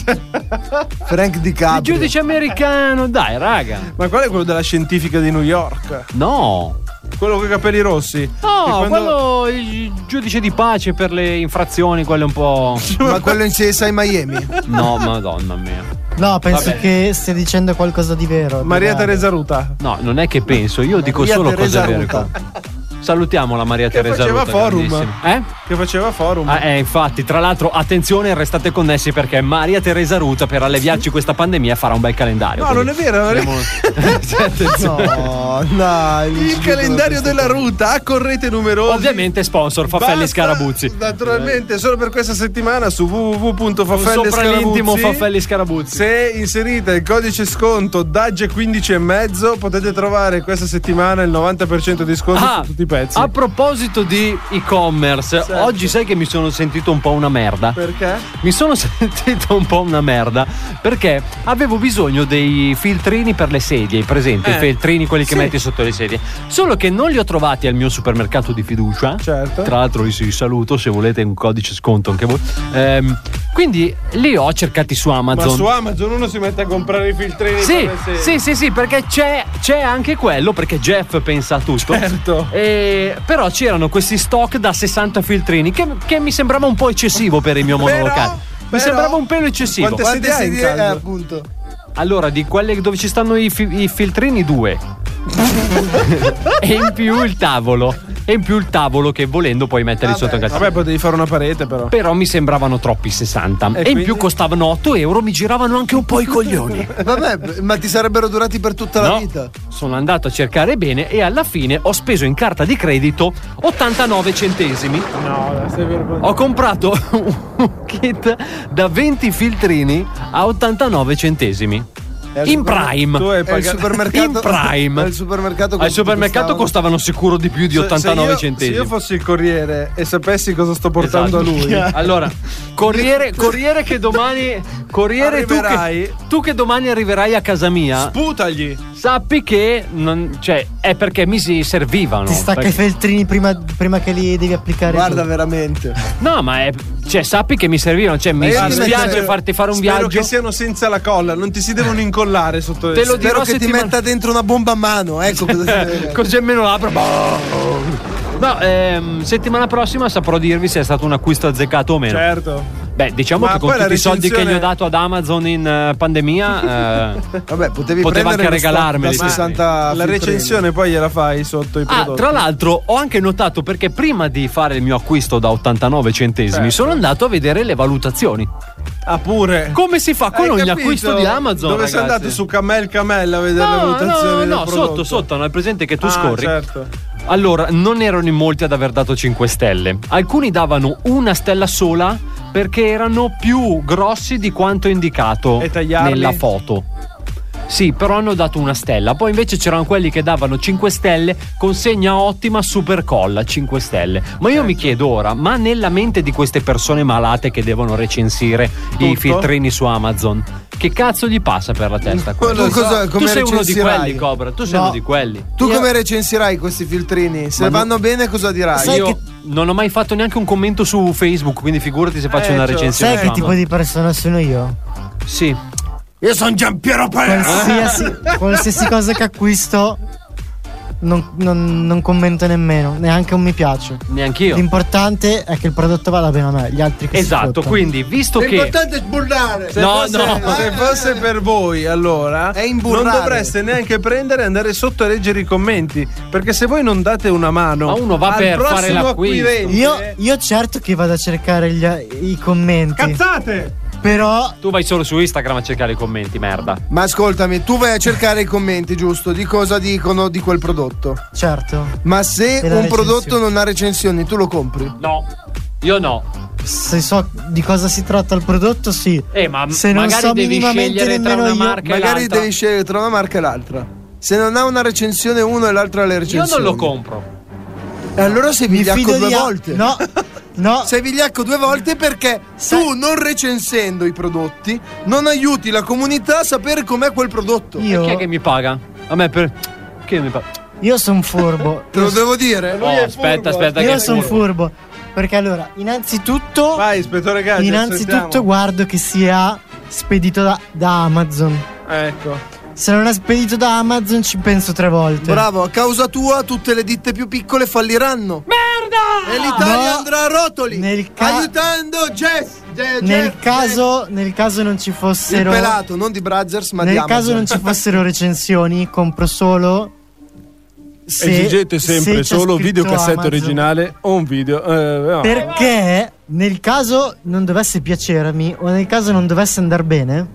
Frank Di il giudice americano, dai, raga. Ma qual è quello della scientifica di New York? No. Quello con i capelli rossi? No, Che quando- Oh, quello il giudice di pace per le infrazioni, quelle un po'. Ma quello in CSI Miami. No, madonna mia. No, penso Vabbè. che stia dicendo qualcosa di vero. Maria Guarda. Teresa Ruta. No, non è che penso, io dico Maria solo Teresa cose vere. Ruta. comunque. Salutiamo la Maria Che Teresa faceva Ruta. forum. grandissima. Eh? Che faceva forum. Ah, eh, infatti, tra l'altro, attenzione, restate connessi perché Maria Teresa Ruta, per alleviarci questa pandemia, farà un bel calendario. no, non è vero. Abbiamo- Sì, attenzione. No, no. Il calendario della Ruta a correte numerosi. Ovviamente sponsor Faffelli Basta, Scarabuzzi. Naturalmente, solo per questa settimana su www.faffelli Sopra l'intimo Faffelli Scarabuzzi. Se inserite il codice sconto DAGE 15 e mezzo potete trovare questa settimana il 90% di sconto Ah, su tutti i pezzi. A proposito di e-commerce, Certo. oggi sai che mi sono sentito un po' una merda. Perché? Mi sono sentito un po' una merda perché avevo bisogno dei filtrini per le sedie, hai presente? I Eh, filtrini, quelli che sì. metti sotto le sedie. Solo che non li ho trovati al mio supermercato di fiducia. Certo. Tra l'altro, vi saluto se volete un codice sconto anche voi. Ehm, quindi li ho cercati su Ma Amazon. su Amazon uno si mette a comprare i filtrini Sì, per le sì, serie. sì, sì, perché c'è, c'è anche quello, perché Jeff pensa a tutto. Certo. E- però c'erano questi stock da 60 filtrini che, che mi sembrava un po' eccessivo per il mio Però- monolocale. Mi però- sembrava un pelo eccessivo. Quante Quante sedie hai in sedie hai, casa? appunto? Allora, di quelle dove ci stanno i, fi- i filtrini, due. e in più il tavolo. E in più il tavolo che volendo puoi metterli sotto il Vabbè, cazzone. potevi fare una parete però. Però mi sembravano troppi 60. E, in quindi? più costavano 8 euro, mi giravano anche un po' i coglioni. Eh, Vabbè, ma ti sarebbero durati per tutta la No, vita. Sono andato a cercare bene e alla fine ho speso in carta di credito 89 centesimi. No, dai, stai vergognato. Ho comprato un kit da 20 filtrini a 89 centesimi. In Prime. Tu hai È il pagato- supermercato. In Prime. Al supermercato, Al supermercato costavano sicuro di più di 89 io- centesimi. Se io fossi il corriere e sapessi cosa sto portando Esatto. a lui. Allora, corriere, corriere che domani. Corriere, tu che, Arriverai. tu che domani arriverai a casa mia, Sputagli! sappi che. non- cioè, è perché mi si servivano. Ti stacca Perché- i feltrini prima, prima che li devi applicare. Guarda, tu. veramente. No, ma è. Cioè, sappi che mi servivano. Cioè, mi Guarda, dispiace spero- farti fare un Eh, Spero viaggio. che siano senza la colla, non ti si devono incollare sotto Te lo Spero dirò che ti settimana- metta dentro una bomba a mano, ecco cosa si vede. Così almeno l'apro. boh. No, ehm, settimana prossima saprò dirvi se è stato un acquisto azzeccato o meno. Certo. Beh, diciamo Ma che con poi la tutti i soldi che recensione- gli ho dato ad Amazon in eh, pandemia, eh, Vabbè, potevi poteva anche regalarmeli. Ma la recensione poi gliela fai sotto i Ah, prodotti. tra l'altro ho anche notato perché prima di fare il mio acquisto da 89 centesimi Certo. sono andato a vedere le valutazioni. Ah, pure. Come si fa con Hai ogni capito? acquisto di Amazon? Dove sei ragazzi? andato su Camel Camel a vedere le No, valutazioni? no, del no, prodotto? sotto, sotto, non è presente che tu Ah, scorri. certo. Allora, non erano in molti ad aver dato 5 stelle. Alcuni davano una stella sola perché erano più grossi di quanto indicato E tagliarli? nella foto. Sì, però hanno dato una stella. Poi invece c'erano quelli che davano 5 stelle, consegna ottima, super colla, 5 stelle. Ma io mi chiedo ora, ma nella mente di queste persone malate che devono recensire i Tutto? filtrini su Amazon, che cazzo gli passa per la testa? Non lo Tu so, cosa- tu come sei uno di recensirai? quelli, Cobra. Tu sei No. uno di quelli. Tu Io- come recensirai questi filtrini? Se Ma vanno bene cosa dirai? Io non ho mai fatto neanche un commento su Facebook, quindi figurati se faccio Eh, una cioè, recensione. Sai che su tipo Amazon. di persona sono io? Sì. Io sono Giampiero Qualsiasi, qualsiasi cosa che acquisto non, non- non commento nemmeno, neanche un mi piace. Neanch'io. L'importante è che il prodotto vada bene a me, gli altri che si Esatto, fottano. quindi visto che è sburrare. Se No, fosse, no. se fosse per voi, allora non imburrare. dovreste neanche prendere e andare sotto a leggere i commenti. Perché se voi non date una mano, Ma uno va al per fare prossimo l'acquisto. acquirente- Io, io certo che vado a cercare gli- i commenti. Cazzate! Però tu vai solo su Instagram a cercare i commenti, merda. Ma ascoltami, tu vai a cercare i commenti, giusto? Di cosa dicono di quel prodotto. Certo. Ma se E la un recensione. prodotto non ha recensioni, tu lo compri? No. Io no. Se so di cosa si tratta il prodotto, sì. Eh, ma Se non magari so devi minimamente scegliere tra nemmeno una io, marca e Magari l'altra. devi scegliere tra una marca e l'altra. Se non ha una recensione uno e l'altra ha le Io recensioni. non lo compro. E allora sei Mi fido vigliacco due di a- volte. No, no. Sei vigliacco due volte perché tu, non recensendo i prodotti, non aiuti la comunità a sapere com'è quel prodotto. E chi è Io, che mi paga? A me per. Chi mi paga? io sono furbo. Te lo devo dire? Oh, aspetta, aspetta. eh. io che sono furbo. Perché allora, innanzitutto, Vai, ispettore Gadget. innanzitutto sentiamo. guardo che sia spedito da, da Amazon. Ecco. Se non è spedito da Amazon ci penso tre volte. Bravo, a causa tua tutte le ditte più piccole falliranno. Merda! E l'Italia No. andrà a rotoli. Nel ca- aiutando Jess. Je- Nel Jeff- caso, nel caso non ci Jeff. Il fossero. pelato, non di Brazzers, ma di Nel Amazon. caso non ci fossero recensioni, compro solo. se- Esigete se sempre c'è solo scritto videocassette Amazon. originale o un video. eh, no. Perché nel caso non dovesse piacermi o nel caso non dovesse andare bene,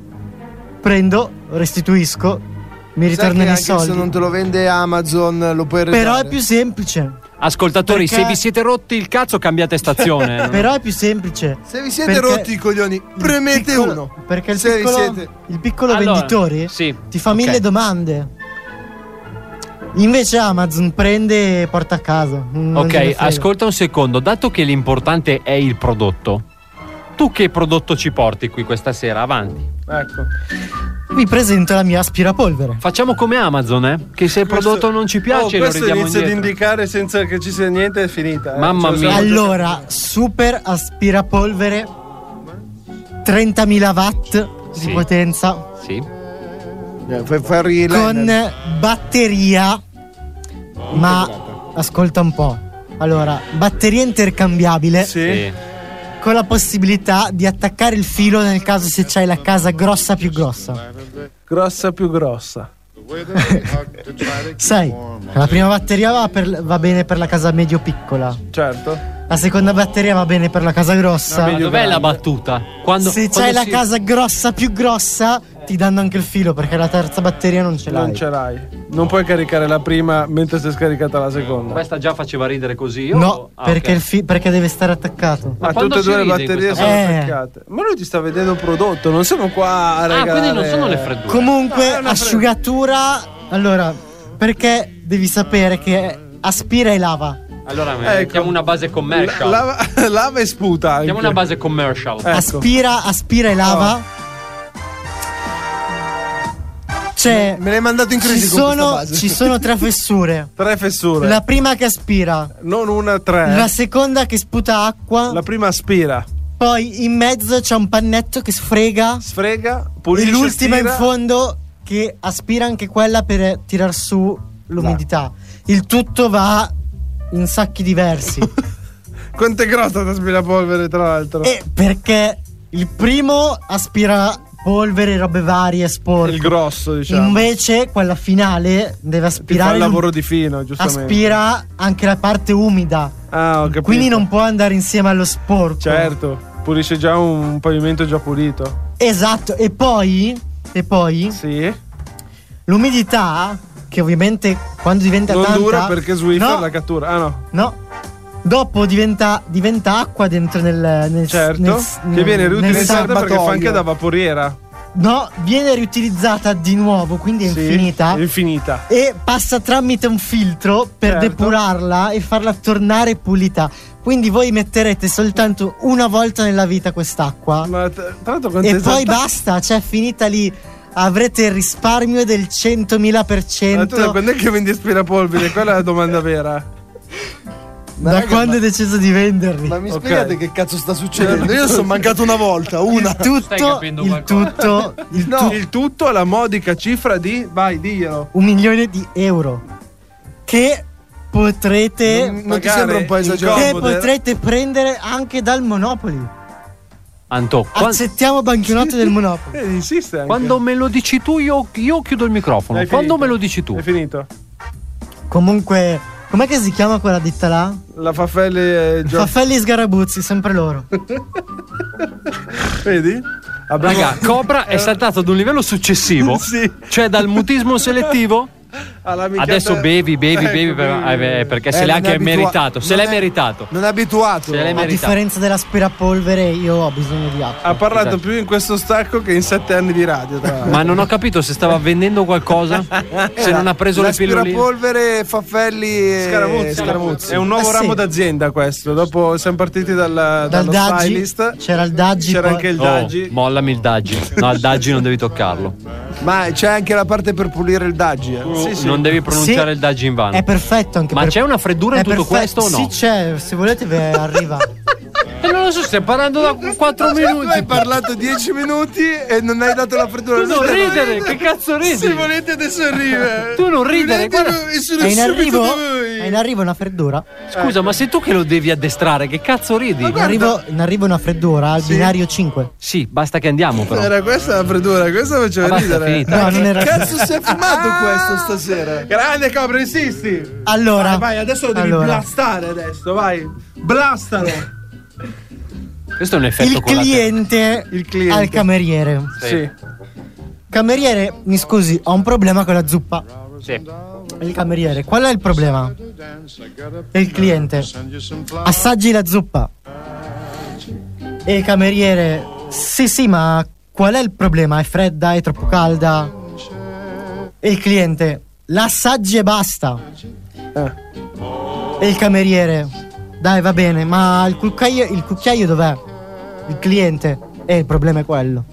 prendo, restituisco, mi Sai che ritornano i anche soldi. se non te lo vende Amazon, lo puoi regalare. Però è più semplice. Ascoltatori, Perché- se vi siete rotti il cazzo, cambiate stazione. Però è più semplice. Se vi siete Perché- rotti i coglioni, il premete piccolo- uno. Perché il Se vi piccolo, siete- il piccolo Allora, venditore sì, ti fa ok. mille domande. Invece Amazon prende e porta a casa. Mm, Non gliene Ok, frega. ascolta un secondo, dato che l'importante è il prodotto, tu che prodotto ci porti qui questa sera avanti? Ecco. Vi presento la mia aspirapolvere. Facciamo come Amazon, eh? Che se il Questo- prodotto non ci Oh, piace lo questo ridiamo inizia ad indietro. indicare senza che ci sia niente, è finita. eh. Mamma Ce lo mia. siamo Allora, super aspirapolvere 30.000 watt Sì. di potenza Sì. Eh, Fai fare i con liner. batteria ma ascolta un po'. Allora, batteria intercambiabile Sì. con la possibilità di attaccare il filo nel caso se c'hai la casa grossa più grossa. Grossa più grossa. Sai, la prima batteria va, per- va bene per la casa medio piccola. Certo. La seconda batteria va bene per la casa grossa. Ma dov'è la battuta? Quando, Se quando c'hai la si- casa grossa più grossa, ti danno anche il filo perché la terza batteria non ce l'hai. Non ce l'hai. Non puoi caricare la prima mentre sei scaricata la seconda. Questa già faceva ridere così. io- No, Ah, perché, ok. il fi- perché deve stare attaccato. Ma, quando Ah, tutte e si due le ride in batterie questa sono volta? Eh. attaccate. Ma lui ti sta vedendo un prodotto, non siamo qua a Ah, regalare. quindi non sono le freddure. Comunque, No, è una asciugatura. Allora, perché devi sapere che aspira e lava. Allora, eh, Ecco. chiamo una base commercial. Lava, lava e sputa. anche. Chiamo una base commercial. Ecco. Aspira, aspira e lava. C'è. Me l'hai mandato in Cioè, Ci crisi con questa sono, base. ci sono tre fessure. Tre fessure. Eh. La prima che aspira, Non una, tre. la seconda che sputa acqua, La prima aspira. Poi in mezzo c'è un pannetto che sfrega. Sfrega, pulisce. E l'ultima stira. in fondo che aspira anche quella per tirar su l'umidità. Il tutto va in sacchi diversi. Quanto è grossa l'aspirapolvere tra l'altro? E perché il primo aspira polvere, robe varie, sporche. Il grosso, diciamo. Invece quella finale deve Ti fa aspirare. il l'um- lavoro di fino, giustamente. aspira anche la parte umida. Ah, ho capito. Quindi non può andare insieme allo sporco. Certo, pulisce già un pavimento già pulito. Esatto, e poi. E poi. Sì. L'umidità, che ovviamente quando diventa Non tanta. dura perché Swiffer No, la cattura. Ah no, no. Dopo diventa, diventa acqua dentro nel. nel certo. nel- che nel- viene nel riutilizzata perché fa serbatoio. anche da vaporiera. No, viene riutilizzata di nuovo, quindi è Sì, infinita. è infinita. E passa tramite un filtro per Certo. depurarla e farla tornare pulita. Quindi voi metterete soltanto una volta nella vita quest'acqua. Ma tra l'altro quanto E è poi esatta- basta, cioè è finita lì. Avrete il risparmio del 100.000%. Ma tu da quando è che vendi aspirapolvere? Quella è la domanda vera. Da quando è deciso di venderli? Ma mi spiegate Ok. che cazzo sta succedendo? Io sono mancato una volta, una. Tutto, il tutto, il No, tutto, il tutto alla modica cifra di. Vai, diglielo. un milione di euro. Che potrete. Non- non ti sembra un po' esagerato? Che Incomodo, eh? potrete prendere anche dal Monopoli. Anto, Ah, qua- Accettiamo banconote del Monopoli. Eh, insiste anche. quando me lo dici tu io, io chiudo il microfono. Hai Quando finito? me lo dici tu? È finito. Comunque, com'è che si chiama quella ditta là? La Faffelli. eh, Gio- Faffelli e Sgarabuzzi, sempre loro. Vedi? Abbiamo- Raga, Cobra è saltato ad un livello successivo. Sì. Cioè dal mutismo selettivo. alla minchiata- Adesso bevi, bevi, Ecco, bevi per- eh, perché se Eh, l'ha non è anche abitua- meritato. Se non l'hai è- meritato. Non è abituato. Se l'hai A meritato. differenza dell'aspirapolvere, io ho bisogno di acqua. Ha parlato Esatto. più in questo stacco che in sette anni di radio. Tra l'altro. Ma non ho capito se stava vendendo qualcosa. se non ha preso le pilloline. L'aspirapolvere, Faffelli e Scaramuzzi, Scaramuzzi. È un nuovo Eh, ramo sì. d'azienda questo. Dopo siamo partiti dal, Dal dallo Daggi stylist. c'era il Daggi. C'era poi- anche il Oh, Daggi. mollami il Daggi. No, il Daggi non devi toccarlo. Ma c'è anche la parte per pulire il Daggi. eh. Sì, sì. Oh, Non devi pronunciare Sì. il Daggi in vano. È perfetto anche Ah. Ma per- c'è una freddura in è tutto perfe- questo o no? Sì, c'è, se volete ve arriva. E non lo so, stai parlando da 4 Cioè, Tu hai minuti. parlato 10 minuti e non hai dato la freddura. Tu non ridere, che cazzo Se ridi? volete adesso arriva. Tu non ridere, guarda. E sono È in subito arrivo? da voi. È in arrivo una freddura? Scusa, Eh. ma sei tu che lo devi addestrare, che cazzo ridi? In arrivo, in arrivo una freddura al binario 5. Sì, basta che andiamo però. Era questa la freddura, questa faceva Basta, ridere. finita. Ah! No, non era Cazzo si è fumato questo stasera? Grande Cobra, insisti. Allora, Vai, vai, adesso lo devi allora, blastare adesso, vai. Blastalo. Questo è un effetto il con la cliente, Il cliente. al cameriere. Sì. Sì. Cameriere, mi scusi, ho un problema con la zuppa. Sì. Il cameriere, qual è il problema? E il cliente, assaggi la zuppa. E il cameriere, sì sì, ma qual è il problema? È fredda, è troppo calda? E il cliente, l'assaggi e basta. E il cameriere, dai va bene, ma il cucchiaio, il cucchiaio dov'è? Il cliente, e il problema è quello.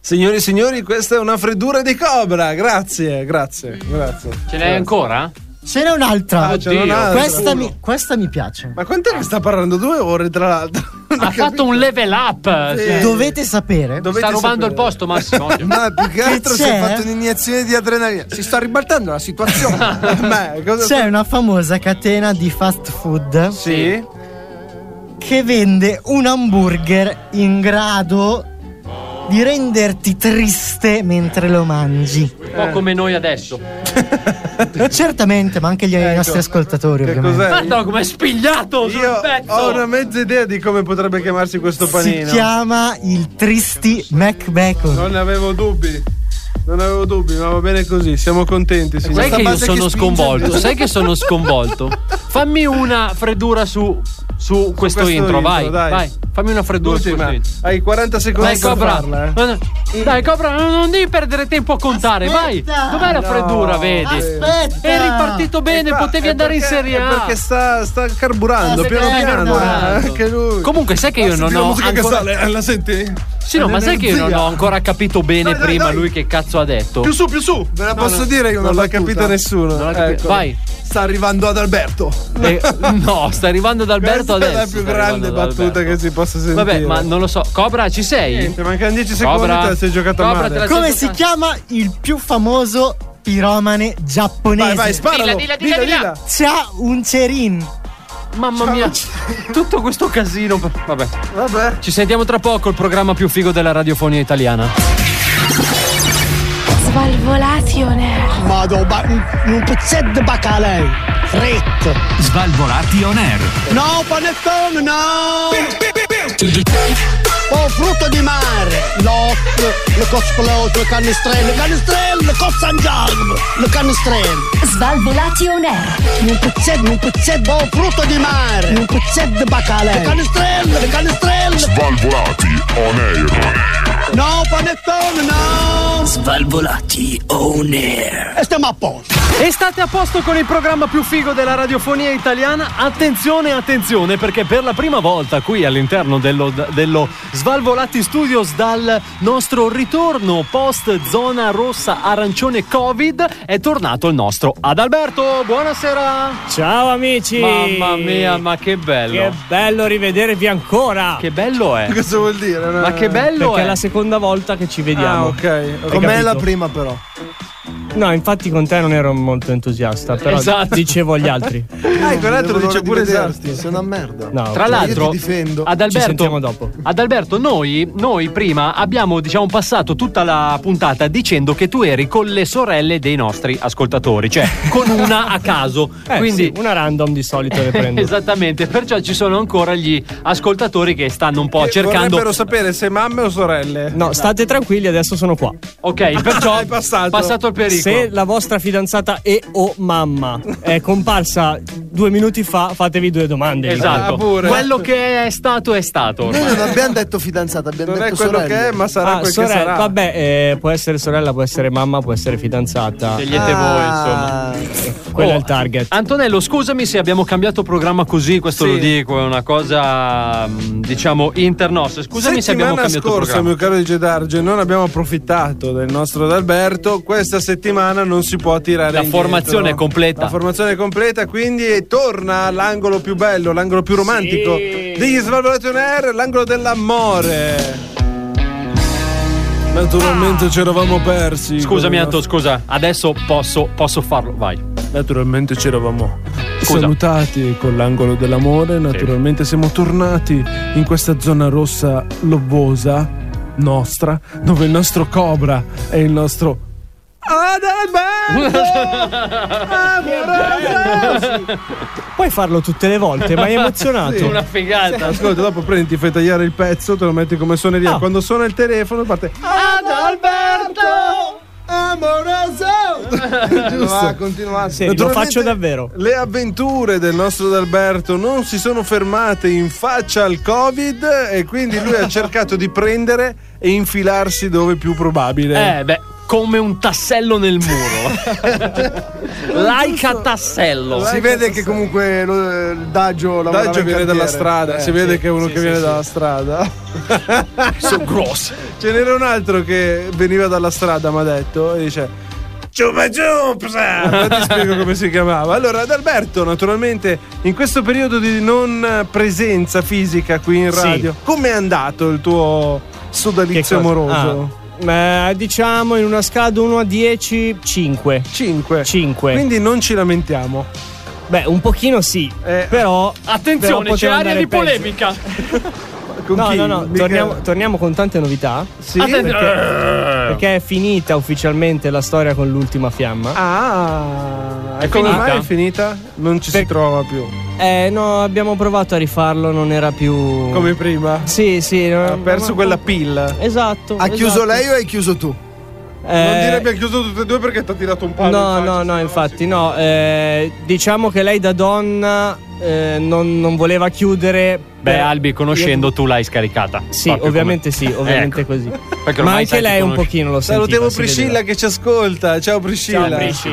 Signori e signori, questa è una freddura di Cobra. Grazie, grazie, grazie. Ce n'hai ancora? Ce n'è un'altra. Ah, ce n'è un'altra. questa, mi, questa mi piace. Ma quant'è che sta parlando? Due ore, tra l'altro. Non Ha ho capito. fatto un level up. Sì. cioè, Eh, Dovete sapere Dovete Sta robando sapere. il posto, Massimo. Oddio. Ma più che altro si c'è? è fatto un'iniezione di adrenalina. Si sta ribaltando la situazione. Beh, cosa C'è una famosa catena di fast food Sì. che vende un hamburger in grado di renderti triste mentre lo mangi. Un Eh. po' come noi adesso. Certamente, ma anche gli, i Ecco. nostri ascoltatori, Che ovviamente. cos'è? Guarda come è spigliato sul Io pezzo. ho una mezza idea di come potrebbe chiamarsi questo Si panino. chiama il Tristi McBacon. Non avevo dubbi. Non avevo dubbi, ma va bene così. Siamo contenti, Sai signori. che io base che sono spinge- sconvolto, sai che sono sconvolto. Fammi una freddura su, su questo, questo intro, intro, vai, dai. vai, Fammi una freddura. L'ultima. Hai 40 secondi Dai, per Cobra. farla, eh. Eh, Dai, Cobra, non non devi perdere tempo a contare. Vai. Dov'è la freddura, vedi? eh. Aspetta. Eri partito bene, E qua potevi è andare perché- in Serie è A. perché sta, sta carburando Ah, piano sta piano. carburando. eh, anche lui. Comunque, sai che io Ah, non senti la ho musica che ancora- sale, eh, la senti? Sì, no, ma sai che io non ho L'energia. ancora capito bene Dai, dai, prima dai. lui che cazzo ha detto. Più su, più su. Ve la No, posso no. dire che Non non l'ha l'ha capito capita. nessuno. Non l'ha capita. Ecco. Vai. Sta arrivando ad Alberto. Eh, no, sta arrivando ad Alberto Questa adesso. è la più sta grande arrivando ad battuta Alberto. che si possa sentire. Vabbè, ma non lo so. Cobra, ci sei? Niente, mancano 10 secondi, te la sei giocata Cobra, male. te la sei Come giocata- si chiama il più famoso piromane giapponese? Vai, vai, sparalo. Dilla, dilla, dilla, dilla. C'ha un cerin. Mamma mia, tutto questo casino. Vabbè. Vabbè. Ci sentiamo tra poco, il programma più figo della radiofonia italiana. Svalvolazione. Vado, ba- un, un pezzetto di bacalè. Fritto. Svalvolati on air. No, panettone, no! Oh, frutto di mare! No, le- le cosplotto, le canestrelle, le canestrelle, le cozzangiarme, le canestrelle. Svalvolati on air. Un pezzetto, un pezzetto, oh, frutto di mare! Un pezzetto di bacalè! Le canestrelle, le canestrelle! Svalvolati on air. No, panettone, no! Svalvolati on air. E stiamo a posto! E state a posto con il programma più figo della radiofonia italiana. Attenzione, attenzione, perché per la prima volta qui all'interno dello, dello Svalvolati Studios dal nostro ritorno post zona rossa arancione Covid è tornato il nostro Adalberto. Buonasera. Ciao amici! Mamma mia, ma che bello. Che bello rivedervi ancora! Che bello è. Cosa vuol dire? Ma che bello Perché è. è la seconda volta che ci vediamo. Ah, ok. Hai Con me è la capito? prima, però. No, infatti con te non ero molto entusiasta, però Esatto. dicevo agli altri. Ah, ecco, con l'altro dice pure esatto. Sei una merda. No, Tra ok. l'altro, ad Ci sentiamo Alberto, dopo. ad Alberto, noi, noi prima abbiamo diciamo, passato tutta la puntata dicendo che tu eri con le sorelle dei nostri ascoltatori, cioè con una a caso. Eh, Quindi. sì, una random di solito le prendo. Esattamente, perciò ci sono ancora gli ascoltatori che stanno un po' Che cercando. Vorrebbero sapere se mamme o sorelle. No, state tranquilli, adesso sono qua. Esatto. Ok, perciò È passato. il pericolo. Se la vostra fidanzata e o mamma è comparsa due minuti fa, fatevi due domande. Esatto, Ah, pure. quello che è stato è stato. Noi ormai. non abbiamo detto fidanzata, abbiamo Non è detto quello sorella. che è, ma sarà Ah, quel sorella, che sarà. vabbè, eh, può essere sorella, può essere mamma, può essere fidanzata. Scegliete voi, Ah. insomma. Quello Oh, è il target. Antonello, scusami se abbiamo cambiato programma così, questo Sì. lo dico, è una cosa mh, diciamo internos. Scusami se abbiamo settimana cambiato scorsa, programma. mio caro DJ Darge, non abbiamo approfittato del nostro Adalberto. Questa settimana non si può tirare La indietro. formazione è completa. La formazione è completa, quindi torna l'angolo più bello, l'angolo più romantico degli Svalvolati on Air, l'angolo dell'amore. Naturalmente ci eravamo persi. Ah. Con Scusami il Anto, scusa, adesso posso, posso farlo, vai. Naturalmente ci eravamo Scusa. salutati con l'angolo dell'amore, naturalmente siamo tornati in questa zona rossa lobosa nostra, dove il nostro cobra è il nostro Adalberto! Amoroso! Puoi farlo tutte le volte, ma hai emozionato. Sì. Una figata. Ascolta, dopo prendi, ti fai tagliare il pezzo, te lo metti come suoneria. Ah. Quando suona il telefono parte Adalberto! Amoroso! Va, Giusto. continuate. Sì, lo Naturalmente faccio davvero. Le avventure del nostro D'Alberto non si sono fermate in faccia al Covid e quindi lui ha cercato di prendere e infilarsi dove più probabile. cioè. Eh beh, come un tassello nel muro. Laica tassello. Si vede che comunque lo- il Daggio lavora Daggio in viene cantiere. dalla strada, Eh, si vede sì, che è uno sì, che sì, viene sì. dalla strada. Sono grosso. Ce n'era un altro che veniva dalla strada, mi ha detto, e dice. Giuba giuba! Non ti spiego come si chiamava. Allora, Adalberto, naturalmente, in questo periodo di non eh, presenza fisica qui in Sì. radio, com'è andato il tuo Che sodalizio cosa? amoroso? Ah, ma diciamo in una scala 1 a 10, 5. 5. 5. Quindi non ci lamentiamo. Beh, un pochino sì, Eh, però... però Attenzione, poteva c'è aria andare di peggio. polemica. Con No, chi? no, no, Mica- torniamo, torniamo con tante novità. Sì? Atten- Perché- Perché è finita ufficialmente la storia con l'ultima fiamma. Ah, È e come finita? mai è finita? Non ci si Per- trova più. Eh no, abbiamo provato a rifarlo, non era più... Come prima. Sì, sì. Ha perso quella pilla. Eh, Esatto. Ha chiuso esatto. lei o hai chiuso tu? Eh, non dire abbiamo chiuso tutte e due perché ti ha tirato un palo. No, in faccia, no, sennò no, infatti, si- no. eh, diciamo che lei da donna eh, non, non voleva chiudere. Beh, per- Albi, conoscendo, tu l'hai scaricata. Ecco. Sì, ovviamente sì, ovviamente così. Ma anche lei un pochino lo sentiva. Salutiamo si Priscilla vedeva. che ci ascolta. Ciao Priscilla. Ciao, Prisci.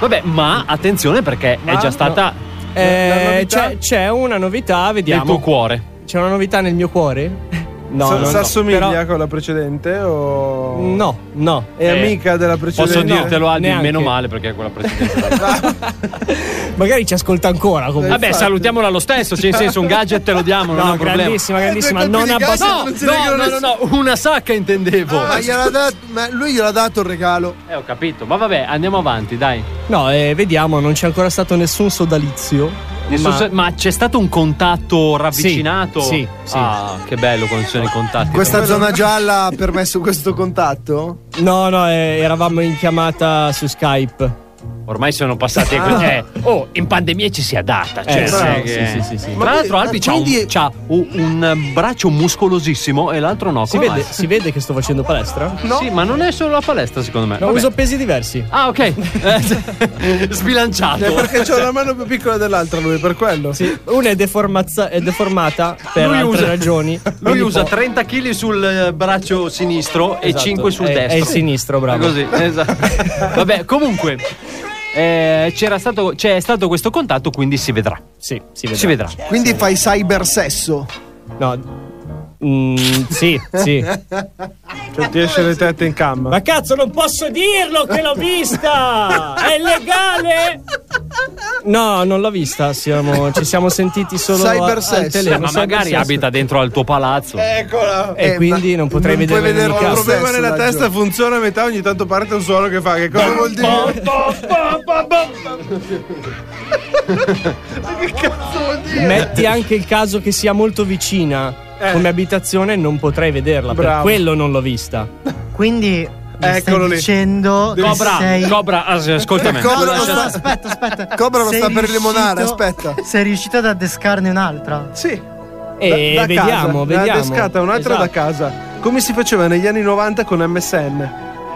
Vabbè, ma attenzione perché è già stata. Eh, La novità? c'è, c'è una novità, vediamo. tuo cuore. C'è una novità nel mio cuore? No, Sa- no, no. s'assomiglia Però- con la precedente o No, no. È Eh, amica della precedente. posso dirtelo, Albi, neanche. meno male perché è quella precedente. Magari ci ascolta ancora comunque. Vabbè, salutiamola lo stesso. Cioè, in senso, un gadget te lo diamo, non No, è un problema. grandissima, grandissima. Non No, abbastanza. no, no, no, no, una sacca intendevo. Ma, gliel'ha dato, ma lui gliel'ha dato il regalo. Eh, ho capito, ma vabbè, andiamo avanti, dai. No, eh, vediamo, non c'è ancora stato nessun sodalizio. Nessun ma- se- Ma... c'è stato un contatto ravvicinato? sì, sì. Ah, che bello quando ci sono i contatti. Questa Però- zona gialla ha permesso questo contatto? No, no, eh, eravamo in chiamata su Skype. Ormai sono passati. Ah. eh, oh, in pandemia ci si adatta. Cioè, Eh, non è sì, che- sì, sì, sì, sì. Tra Ma l'altro, quindi- Albi ma c'ha, un- quindi- c'ha un, un braccio muscolosissimo e l'altro no. Si Come vede, mai? si vede che sto facendo palestra? Sì, ma non è solo la palestra, secondo me. No, Vabbè. uso pesi diversi. Ah, ok. Eh, Sbilanciato. Cioè, È perché c'ho una mano più piccola dell'altra lui per quello. Sì, una è, deformazza- è deformata per Lui altre usa- ragioni. Lui quindi usa può- 30 kg sul eh, braccio sinistro e Esatto, 5 sul è- destro. Ecco, è il sinistro, bravo. È Così, esatto. Vabbè, comunque. eh, c'era stato, c'è stato questo contatto, quindi si vedrà. Sì, si Si vedrà. Quindi fai cyber sesso. No. Mm, sì, sì. Cioè, ti esce le tette in cam. Ma cazzo, non posso dirlo che l'ho vista! È illegale! No, non l'ho vista. siamo- ci siamo sentiti solo a- Cyber al sesso. Eh, telefono. ma cyber magari sesso. abita dentro al tuo palazzo. Eh. Eccola. E quindi non potrei non vedere puoi vederlo Il lo problema stesso, nella ragione. testa funziona a metà, ogni tanto parte un suono che fa. Che cosa vuol dire? Metti anche il caso che sia molto vicina Eh. come abitazione, non potrei vederla. Per Bravo. quello non l'ho vista. Quindi mi Eccolo stai lì. dicendo che Cobra, sei... Cobra, ah, as- ascolta me. Cobra lo No, sta- aspetta, aspetta. Cobra lo Sei sta per riuscito- limonare, aspetta. Sei riuscito ad adescarne un'altra? Sì. E Da- da Eh, vediamo, vediamo. casa. Esatto. Una descata, un'altra da casa. Come si faceva negli anni 90 con MSN.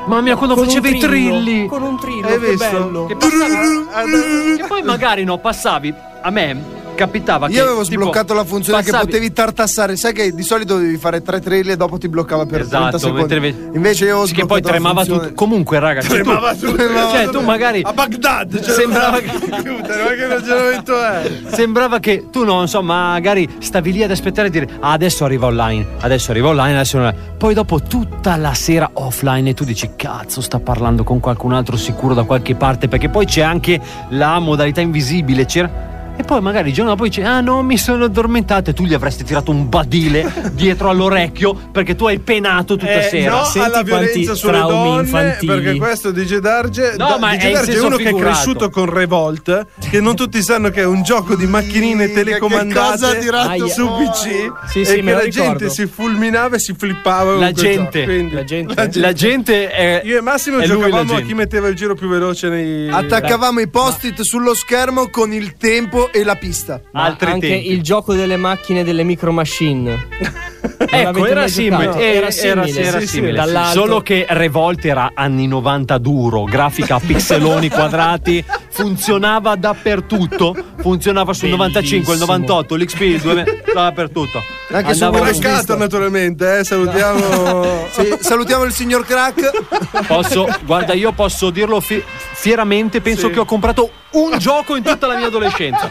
Mamma mia, quando facevi i trilli. Con un trillo, Hai che visto? bello. Che, passavi- che poi magari no, passavi. A me capitava che. Io avevo tipo, sbloccato la funzione passavi- che potevi tartassare. Sai che di solito dovevi fare tre trail e dopo ti bloccava per 30 Esatto, secondi. mentre Invece io ho che poi sbloccato la tremava funzione. tutto. Comunque, raga, cioè, Tremava tu, tutto. cioè, tu magari A Baghdad c'era sembrava il che, computer, ma che ragionamento è? sembrava che tu non so, magari stavi lì ad aspettare e dire "Ah, adesso arriva online, adesso arriva online, adesso arriva online". Poi dopo tutta la sera offline e tu dici "Cazzo, sta parlando con qualcun altro sicuro da qualche parte", perché poi c'è anche la modalità invisibile, c'era e poi magari il giorno dopo dici "Ah no, mi sono addormentato" e tu gli avresti tirato un badile dietro all'orecchio perché tu hai penato tutta Eh, sera. no Senti alla violenza quanti sulle traumi donne infantili. perché questo DJ Darge, No, Da- ma DJ è in Darge è senso uno che è figurato. cresciuto con Revolt che non tutti sanno che è un gioco di macchinine Che- che cosa ha telecomandate tirato su Oh. fuori? PC Sì, e sì, che me lo la ricordo. gente si fulminava e si flippava con La quel gioco. gente. Quindi- La gente. la gente. La gente è io e Massimo è lui la giocavamo a gente. chi metteva il giro più veloce nei Attaccavamo i post-it sullo schermo con il tempo e la pista. Ma altri anche tempi. il gioco delle macchine delle micro machine. Ecco, era simile, simile. era, era- era sì, simile. dall'alto. Solo che Revolt era anni 90 duro, grafica a pixeloni quadrati, funzionava dappertutto, funzionava sul 95, il 98, l'XP, il 2000, dappertutto. Anche su Andava ovunque. Craccato naturalmente, eh, salutiamo Sì, salutiamo il signor Crack. Posso, guarda, io posso dirlo fi- fieramente, penso Sì. che ho comprato un gioco in tutta la mia adolescenza.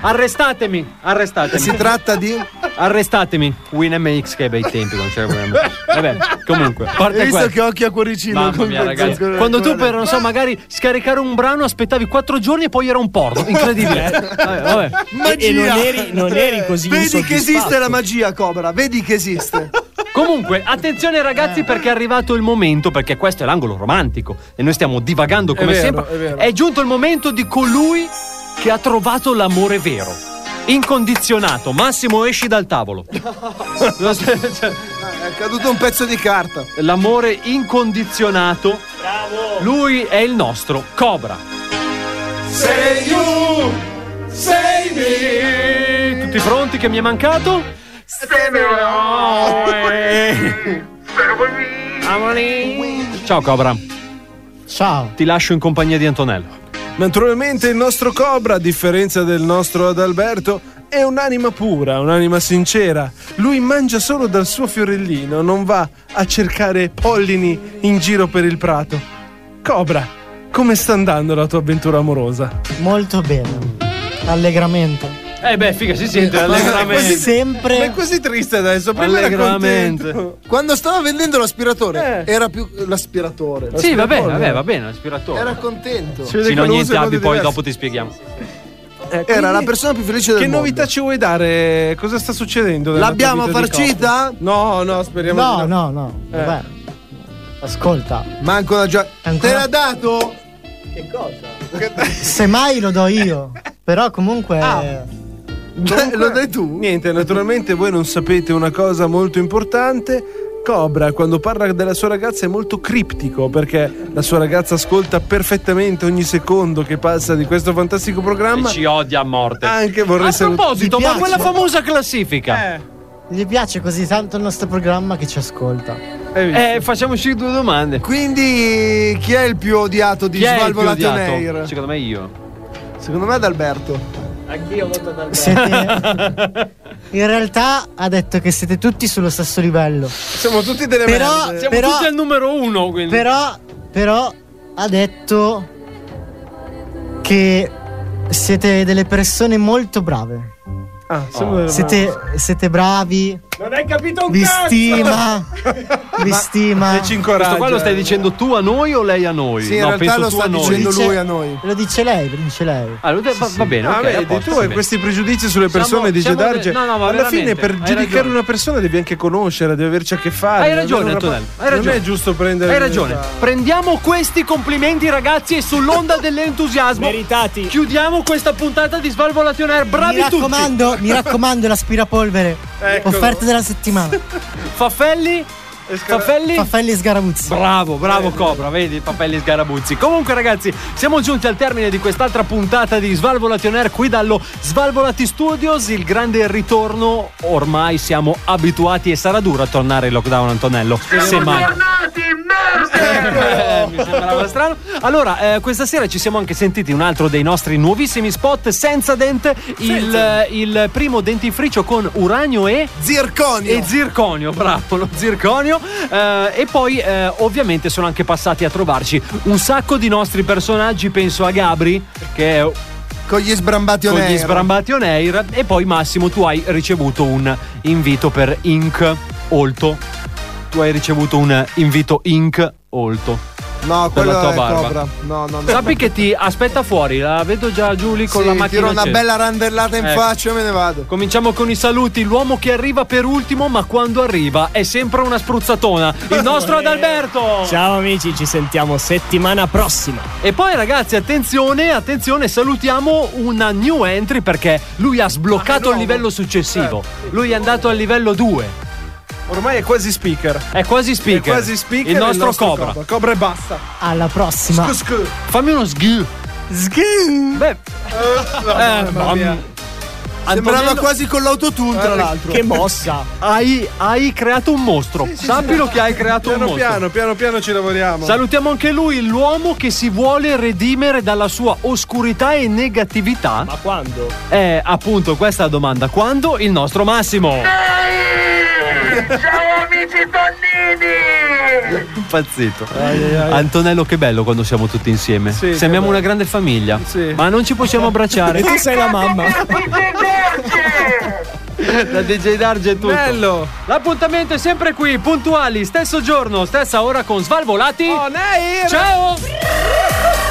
Arrestatemi, arrestatemi. Si tratta di. Arrestatemi. WinMX che bei tempi non c'era WinMX. Vabbè, comunque, a parte Hai visto quello. che occhi a cuoricino? Mamma con mia, quel ragazzi. zucchero? Quando tu per, non so, magari scaricare un brano aspettavi quattro giorni e poi era un porno. Incredibile. eh. Eh. Vabbè, vabbè. E, e non, eri, non eri così Vedi che esiste insoddisfatto. la magia, Cobra. Vedi che esiste. Comunque, attenzione ragazzi perché è arrivato il momento, perché questo è l'angolo romantico e noi stiamo divagando come vero, sempre. è vero. è giunto il momento di colui che ha trovato l'amore vero. Incondizionato. Massimo, esci dal tavolo. Non so- cioè- È caduto un pezzo di carta. l'amore incondizionato. Bravo! Lui è il nostro Cobra. Sei you, sei me. Tutti pronti che mi è mancato? Ciao Cobra. Ciao. Ti lascio in compagnia di Antonello. Naturalmente il nostro Cobra, a differenza del nostro Adalberto, è un'anima pura, un'anima sincera. Lui mangia solo dal suo fiorellino, non va a cercare pollini in giro per il prato. Cobra, come sta andando la tua avventura amorosa? Molto bene. Allegramente. Eh beh, figa, si sente allegramente. sempre. Ma è così triste adesso. Prima era Allegramente. contento. Eh. Quando stava vendendo l'aspiratore, era più l'aspiratore. Sì, va L'aspiratore. bene, certo. vabbè, va bene, l'aspiratore. Era contento. vede che Sì, no, lo niente usa in abbi, modi poi diversi. Eh, dopo ti spieghiamo. Eh, Era la persona più felice del Che mondo. novità ci vuoi dare? Cosa sta succedendo? nella L'abbiamo tua vita di farcita? coppia? No, no, speriamo No, di no, no. Vabbè. Ascolta. Manco una gioia. Ancora? Te l'ha dato? Semmai lo do io. Però comunque. Comunque- Eh, Lo dai tu? Niente, naturalmente voi non sapete una cosa molto importante. Cobra, quando parla della sua ragazza, è molto criptico perché la sua ragazza ascolta perfettamente ogni secondo che passa di questo fantastico E programma. ci odia a morte. Anche vorrei a salutare. proposito, Ti ma piace? quella famosa Eh, classifica. Gli piace così tanto il nostro programma che ci ascolta. Hai visto? Eh, facciamoci due domande. Quindi chi è il più odiato di Chi è il più Svalvo odiato? Air? Secondo me io. Secondo me è ad Alberto. Anch'io voto ad Siete... In realtà ha detto che siete tutti sullo stesso livello. Siamo tutti delle Però- merde. Siamo Però- tutti al numero uno, quindi. Però, però ha detto che siete delle persone molto brave. Ah, Oh. siamo delle Siete, siete bravi, Non hai capito un vi cazzo! stima, vi merde. stima. E ci Questo incoraggia. qua lo stai dicendo tu a noi o lei a noi? Sì, in no, realtà penso lo tu sta a noi. dicendo Dice- lui a noi. Lo dice lei, lo dice lei. Ah, lo de- va, va bene, Ah, ok, vedi, a posto, tu va hai bene. questi pregiudizi sulle Siamo- persone di siamo Gedarge. de- no, no, ma Alla fine, veramente, per hai giudicare ragione. una persona, devi anche conoscere, devi averci a che fare. Hai devi ragione, avere un Antonello, rapporto. hai ragione. Non è giusto prendere. Hai ragione. Prendiamo questi complimenti, ragazzi, e sull'onda dell'entusiasmo. Meritati. Chiudiamo questa puntata di Svalvolation Air. Bravi mi tutti. raccomando, mi raccomando l'aspirapolvere. Eccolo. Offerta della settimana. Faffelli. Faffelli. Faffelli e Sgarabuzzi. Bravo, bravo Cobra, vedi Papelli Sgarabuzzi. Comunque ragazzi, siamo giunti al termine di quest'altra puntata di Svalvolation Air qui dallo Svalvolati Studios, il grande ritorno. Ormai siamo abituati e sarà duro tornare in lockdown Antonello, se mai. Eh, mi sembrava strano. Allora, eh, questa sera ci siamo anche sentiti un altro dei nostri nuovissimi spot senza dente, il, il primo dentifricio con uranio e Zirconio. e zirconio, bravo, lo zirconio. Eh, e poi, eh, ovviamente, sono anche passati a trovarci un sacco di nostri personaggi. Penso a Gabri, che è con gli sbrambati on con gli air. sbrambati on air. E poi, Massimo, tu hai ricevuto un invito per Inc. Olto. Tu hai ricevuto un invito Inc. Olto. No, Per la quello tua è barba. Cobra. No, no, no. Sappi che ti aspetta fuori, la vedo già Giulia con Sì, la macchina. tiro una accesa. bella randellata in Ecco. faccia e me ne vado. Cominciamo con i saluti. L'uomo che arriva per ultimo, ma quando arriva è sempre una spruzzatona. Il nostro Adalberto. Ciao amici, ci sentiamo settimana prossima. E poi ragazzi, attenzione, attenzione, salutiamo una new entry perché lui ha sbloccato il livello successivo. Lui è andato al livello 2. Ormai è quasi speaker. È quasi È speaker. quasi speaker. Il nostro, cobra. Ah. Cobra, Cobra e basta. Alla prossima. Scu- Fammi uno sgh. Sghi. Beh, eh, mamma mia. Sembrava Antonello, Eh, quasi con l'autotune, tra l'altro. Che mossa! hai, hai creato un mostro. Sappilo che hai creato un Piano mostro. piano, piano piano ci lavoriamo. Salutiamo anche lui, l'uomo che si vuole redimere dalla sua oscurità e negatività. Ma quando? È appunto questa la domanda. Quando il nostro Massimo? Ciao amici tonnini! Impazzito. Antonello, che bello quando siamo tutti insieme. Sì, che Sembriamo bello. una grande famiglia, Sì. ma non ci possiamo abbracciare. E tu sei la mamma. da DJ Darge è tutto. Bello. L'appuntamento è sempre qui, puntuali, stesso giorno, stessa ora con Svalvolati. On air. Ciao!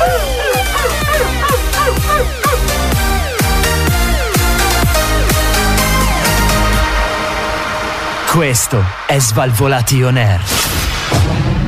Questo è Svalvolation Air.